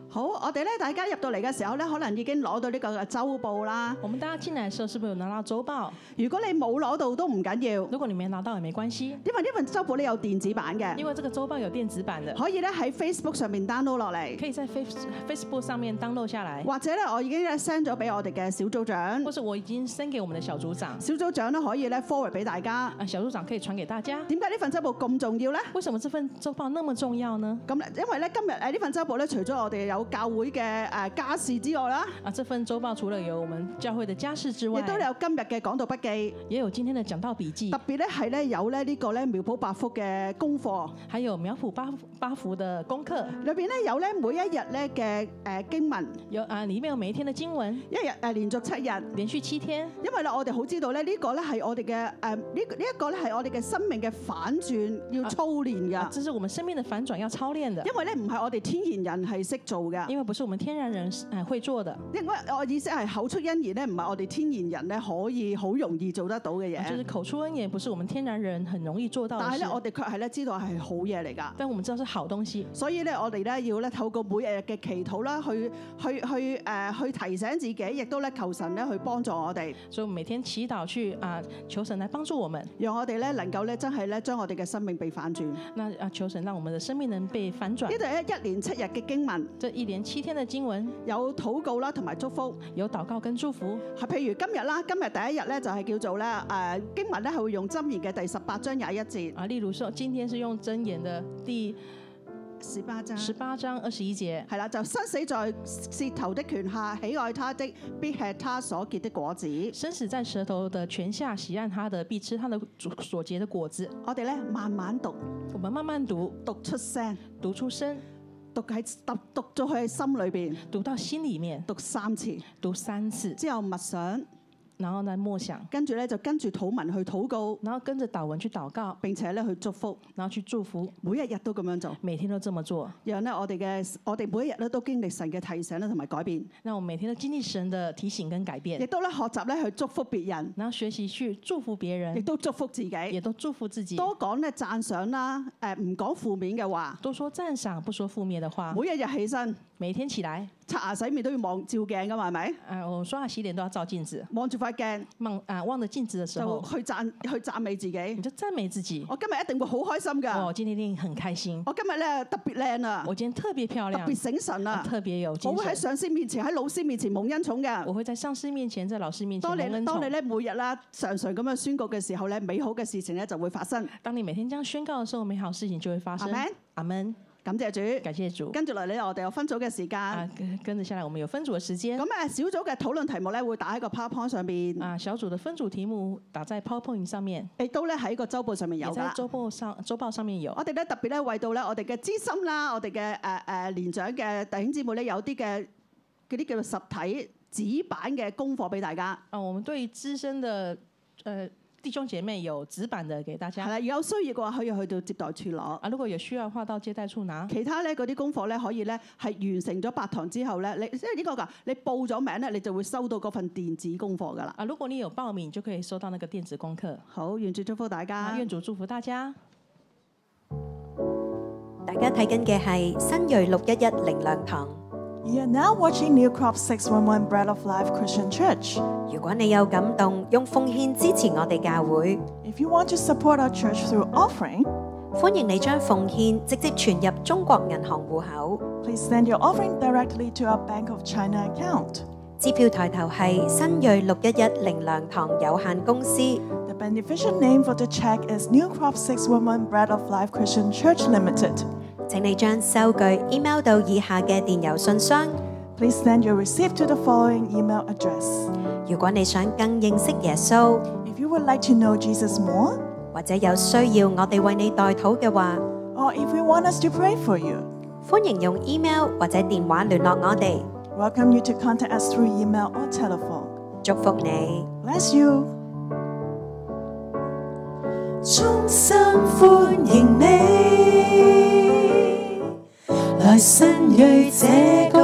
Speaker 7: 好，我哋咧，大家入到嚟嘅時候咧，可能已經攞到呢個嘅周報啦。
Speaker 4: 我们大家进来的时候是不是有拿到周报？
Speaker 7: 如果你冇攞到都唔緊要，
Speaker 4: 如果你没拿到也没关系，
Speaker 7: 因為呢份周報咧有電子版嘅，
Speaker 4: 因為這個周報有電子版的，
Speaker 7: 可以咧喺 Facebook 上面 download 落嚟，
Speaker 4: 可以在 Face Facebook 上面 download 下來，
Speaker 7: 或者咧我已經咧 send 咗俾我哋嘅小組長
Speaker 4: 或，是我已經 send 給我們的小組長，
Speaker 7: 小組長咧可以咧 forward 俾大家。
Speaker 4: 啊，小組長可以傳給大家。
Speaker 7: 點解呢份周報咁重要咧？
Speaker 4: 為什麼這份周報那麼重要呢？
Speaker 7: 咁咧，因為咧今日誒呢份周報咧，除咗我哋有教會嘅誒家事之外啦，
Speaker 4: 啊，这份周报除了有我们教會的家事之
Speaker 7: 亦
Speaker 4: 外，
Speaker 7: 都有今日嘅講道筆記，
Speaker 4: 也有今天的講道筆記
Speaker 7: 特，別咧係咧有咧呢個咧苗圃百福嘅功課，
Speaker 4: 還有苗圃八八福的功課，
Speaker 7: 裏邊咧有咧每一日咧嘅誒經文，
Speaker 4: 有啊，里面有每一天的經文，
Speaker 7: 一日誒連續七日。
Speaker 4: 連續七天，
Speaker 7: 因為咧，我哋好知道咧，呢個咧係我哋嘅誒呢呢一個咧係我哋嘅生命嘅反轉，要操練
Speaker 4: 啊，
Speaker 7: 㗎。
Speaker 4: 這是我們生命的反轉要操練的
Speaker 7: 因，為咧唔係我哋天然人係識做㗎，
Speaker 4: 因為不是我們天然人哎會做的，
Speaker 7: 因為我意思係口出恩言咧，唔係我哋天然人咧可以好容易做得到嘅
Speaker 4: 啊就是
Speaker 7: 嘢。
Speaker 4: 口出恩言，不是我們天然人很容易做到
Speaker 7: 但
Speaker 4: 的
Speaker 7: 係
Speaker 4: 事
Speaker 7: 咧，。我哋卻係咧知道係好嘢嚟㗎。
Speaker 4: 但我們知道是好東西，
Speaker 7: 所以咧，我哋咧要咧透過每日嘅祈禱啦，去去去誒、呃去提醒自己，亦都咧求神咧去幫助我哋，
Speaker 4: 所以我們每天祈禱去啊，求神來幫助我們。
Speaker 7: 讓我哋咧能夠咧真係咧將我哋嘅生命被反轉。呢
Speaker 4: 那啊，求神讓我們的生命能被反
Speaker 7: 度
Speaker 4: 轉。
Speaker 7: 咧一連七日嘅經文
Speaker 4: 這一連七天的經文
Speaker 7: 有禱告啦，同埋祝福。
Speaker 4: 有禱告跟祝福。
Speaker 7: 係譬如今日啦，今日第一日咧就係叫做咧誒、呃、經文咧係會用箴言嘅第十八章廿一節，
Speaker 4: 啊，例如说，今天是用箴言的第
Speaker 7: 十八章
Speaker 4: 十八章二十一节，
Speaker 7: 係啦，就生死在舌頭的權下，喜愛他的必吃他所結的果子。
Speaker 4: 生死在舌头的权下，喜爱他的必吃他的主所结的果子。
Speaker 7: 我哋咧慢慢讀，
Speaker 4: 我们慢慢读，
Speaker 7: 讀出聲，
Speaker 4: 读出声，
Speaker 7: 讀喺讀讀咗佢喺心裏邊，
Speaker 4: 读到心里面，
Speaker 7: 讀三次
Speaker 4: 读三次，
Speaker 7: 之後默想，
Speaker 4: 然后呢默想，
Speaker 7: 跟住咧就跟住土文去禱告，
Speaker 4: 然后跟着祷文去祷告，
Speaker 7: 並且咧去祝福，
Speaker 4: 然后去祝福，
Speaker 7: 每一日都咁樣做，
Speaker 4: 每天都這麼做。
Speaker 7: 讓咧我哋嘅我哋每一日咧都經歷神嘅提醒咧同埋改變，
Speaker 4: 那我们每天都经歷神的提醒跟改
Speaker 7: 亦
Speaker 4: 變，
Speaker 7: 都咧學習咧去祝福別人，
Speaker 4: 然後學習去祝福別
Speaker 7: 亦
Speaker 4: 人，
Speaker 7: 都祝福自己。
Speaker 4: 也都祝福自己，
Speaker 7: 多講咧讚賞啦，誒唔講負面嘅話，
Speaker 4: 多說讚賞，不說負面的話。
Speaker 7: 每一日起身
Speaker 4: 每天起來，
Speaker 7: 刷牙洗面都要望照鏡噶嘛，係咪？
Speaker 4: 啊，我刷牙洗臉都要照鏡子，
Speaker 7: 望住塊鏡
Speaker 4: 望啊望着鏡子的時
Speaker 7: 就
Speaker 4: 候，
Speaker 7: 去讚去讚美自己，
Speaker 4: 你就讚美自己，
Speaker 7: 我今日一定會好開心
Speaker 4: 我
Speaker 7: 㗎，
Speaker 4: 今天一定很開心，
Speaker 7: 我今日咧特別靚啊，
Speaker 4: 我今天特別漂
Speaker 7: 特
Speaker 4: 亮
Speaker 7: 別，醒神
Speaker 4: 啊
Speaker 7: 啊，
Speaker 4: 特別有
Speaker 7: 我
Speaker 4: 精
Speaker 7: 會喺
Speaker 4: 神。
Speaker 7: 上司面前喺老師面前蒙恩寵
Speaker 4: 我
Speaker 7: 嘅。
Speaker 4: 會在上司面前，在老師面前
Speaker 7: 當
Speaker 4: 蒙
Speaker 7: 你
Speaker 4: 恩
Speaker 7: 當你
Speaker 4: 寵。
Speaker 7: 咧每日啦常常咁樣宣告嘅時候咧，美好嘅事情咧就會發生。
Speaker 4: 當你每天這樣宣告的時候，美好事情就會發生
Speaker 7: 阿門。
Speaker 4: 阿門。
Speaker 7: 感謝主。
Speaker 4: 感謝主。
Speaker 7: 跟住落嚟咧，我哋有分組嘅時
Speaker 4: 啊
Speaker 7: 間。，
Speaker 4: 跟跟着下來，我們有分組的時間
Speaker 7: 咁。誒小組嘅討論題目咧會打喺個 PowerPoint 上邊，
Speaker 4: 啊，小組的分組題目打在 PowerPoint 上面，
Speaker 7: 亦都咧喺個周報上面有
Speaker 4: 也
Speaker 7: 㗎
Speaker 4: 在
Speaker 7: 啦。
Speaker 4: 周報上周報上面有。
Speaker 8: 哦
Speaker 7: 我哋咧特別咧為到咧我哋嘅資深啦，我哋嘅誒誒年長嘅弟兄姊妹咧有啲嘅嗰啲叫做實體紙板嘅功課俾大家，
Speaker 4: 啊，我們對於資深的呃弟兄姐妹有紙板的給大
Speaker 7: 係
Speaker 4: 家。
Speaker 7: 啦，如果有需要嘅話可以去到接待處攞。
Speaker 4: 啊，如果有需要的話，到接待處拿。
Speaker 7: 其他咧嗰啲功課咧可以咧係完成咗八堂之後咧，你即係呢個㗎，你報咗名咧你就會收到嗰份電子功課㗎啦。
Speaker 4: 啊，如果你有報名，就可以收到那個電子功課。
Speaker 7: 好，願主祝福大
Speaker 4: 啊，
Speaker 7: 家
Speaker 4: 願。主祝福大家。
Speaker 9: 大家睇緊嘅係新锐六一一靈糧堂。
Speaker 8: You're now watching New Crop 611 Bread of Life Christian Church.
Speaker 9: 如果你有感動，用奉獻支持我哋教會，
Speaker 8: If you want to support our church through offering,
Speaker 9: 歡迎你將奉獻直接存入中國銀行户口。
Speaker 8: please send your offering directly to our Bank of China account.
Speaker 9: 支票抬頭係新锐六一一靈糧堂有限公司。
Speaker 8: The beneficial name for the check is New Crop 611 Bread of Life Christian Church Limited.
Speaker 9: 請你將收據 email 到以下嘅電郵信箱。
Speaker 8: Please send your receipt to the following email address.
Speaker 9: 如果你想更認識耶穌，
Speaker 8: If you would like to know Jesus more,
Speaker 9: 或者有需要我哋為你代禱嘅話，
Speaker 8: or if you want us to pray for you,
Speaker 9: 歡迎用 email 或者電話聯絡我哋。
Speaker 8: welcome you to contact us through email or telephone.
Speaker 9: 祝福你。
Speaker 8: Bless you.
Speaker 10: 衷心歡迎你，來新锐這個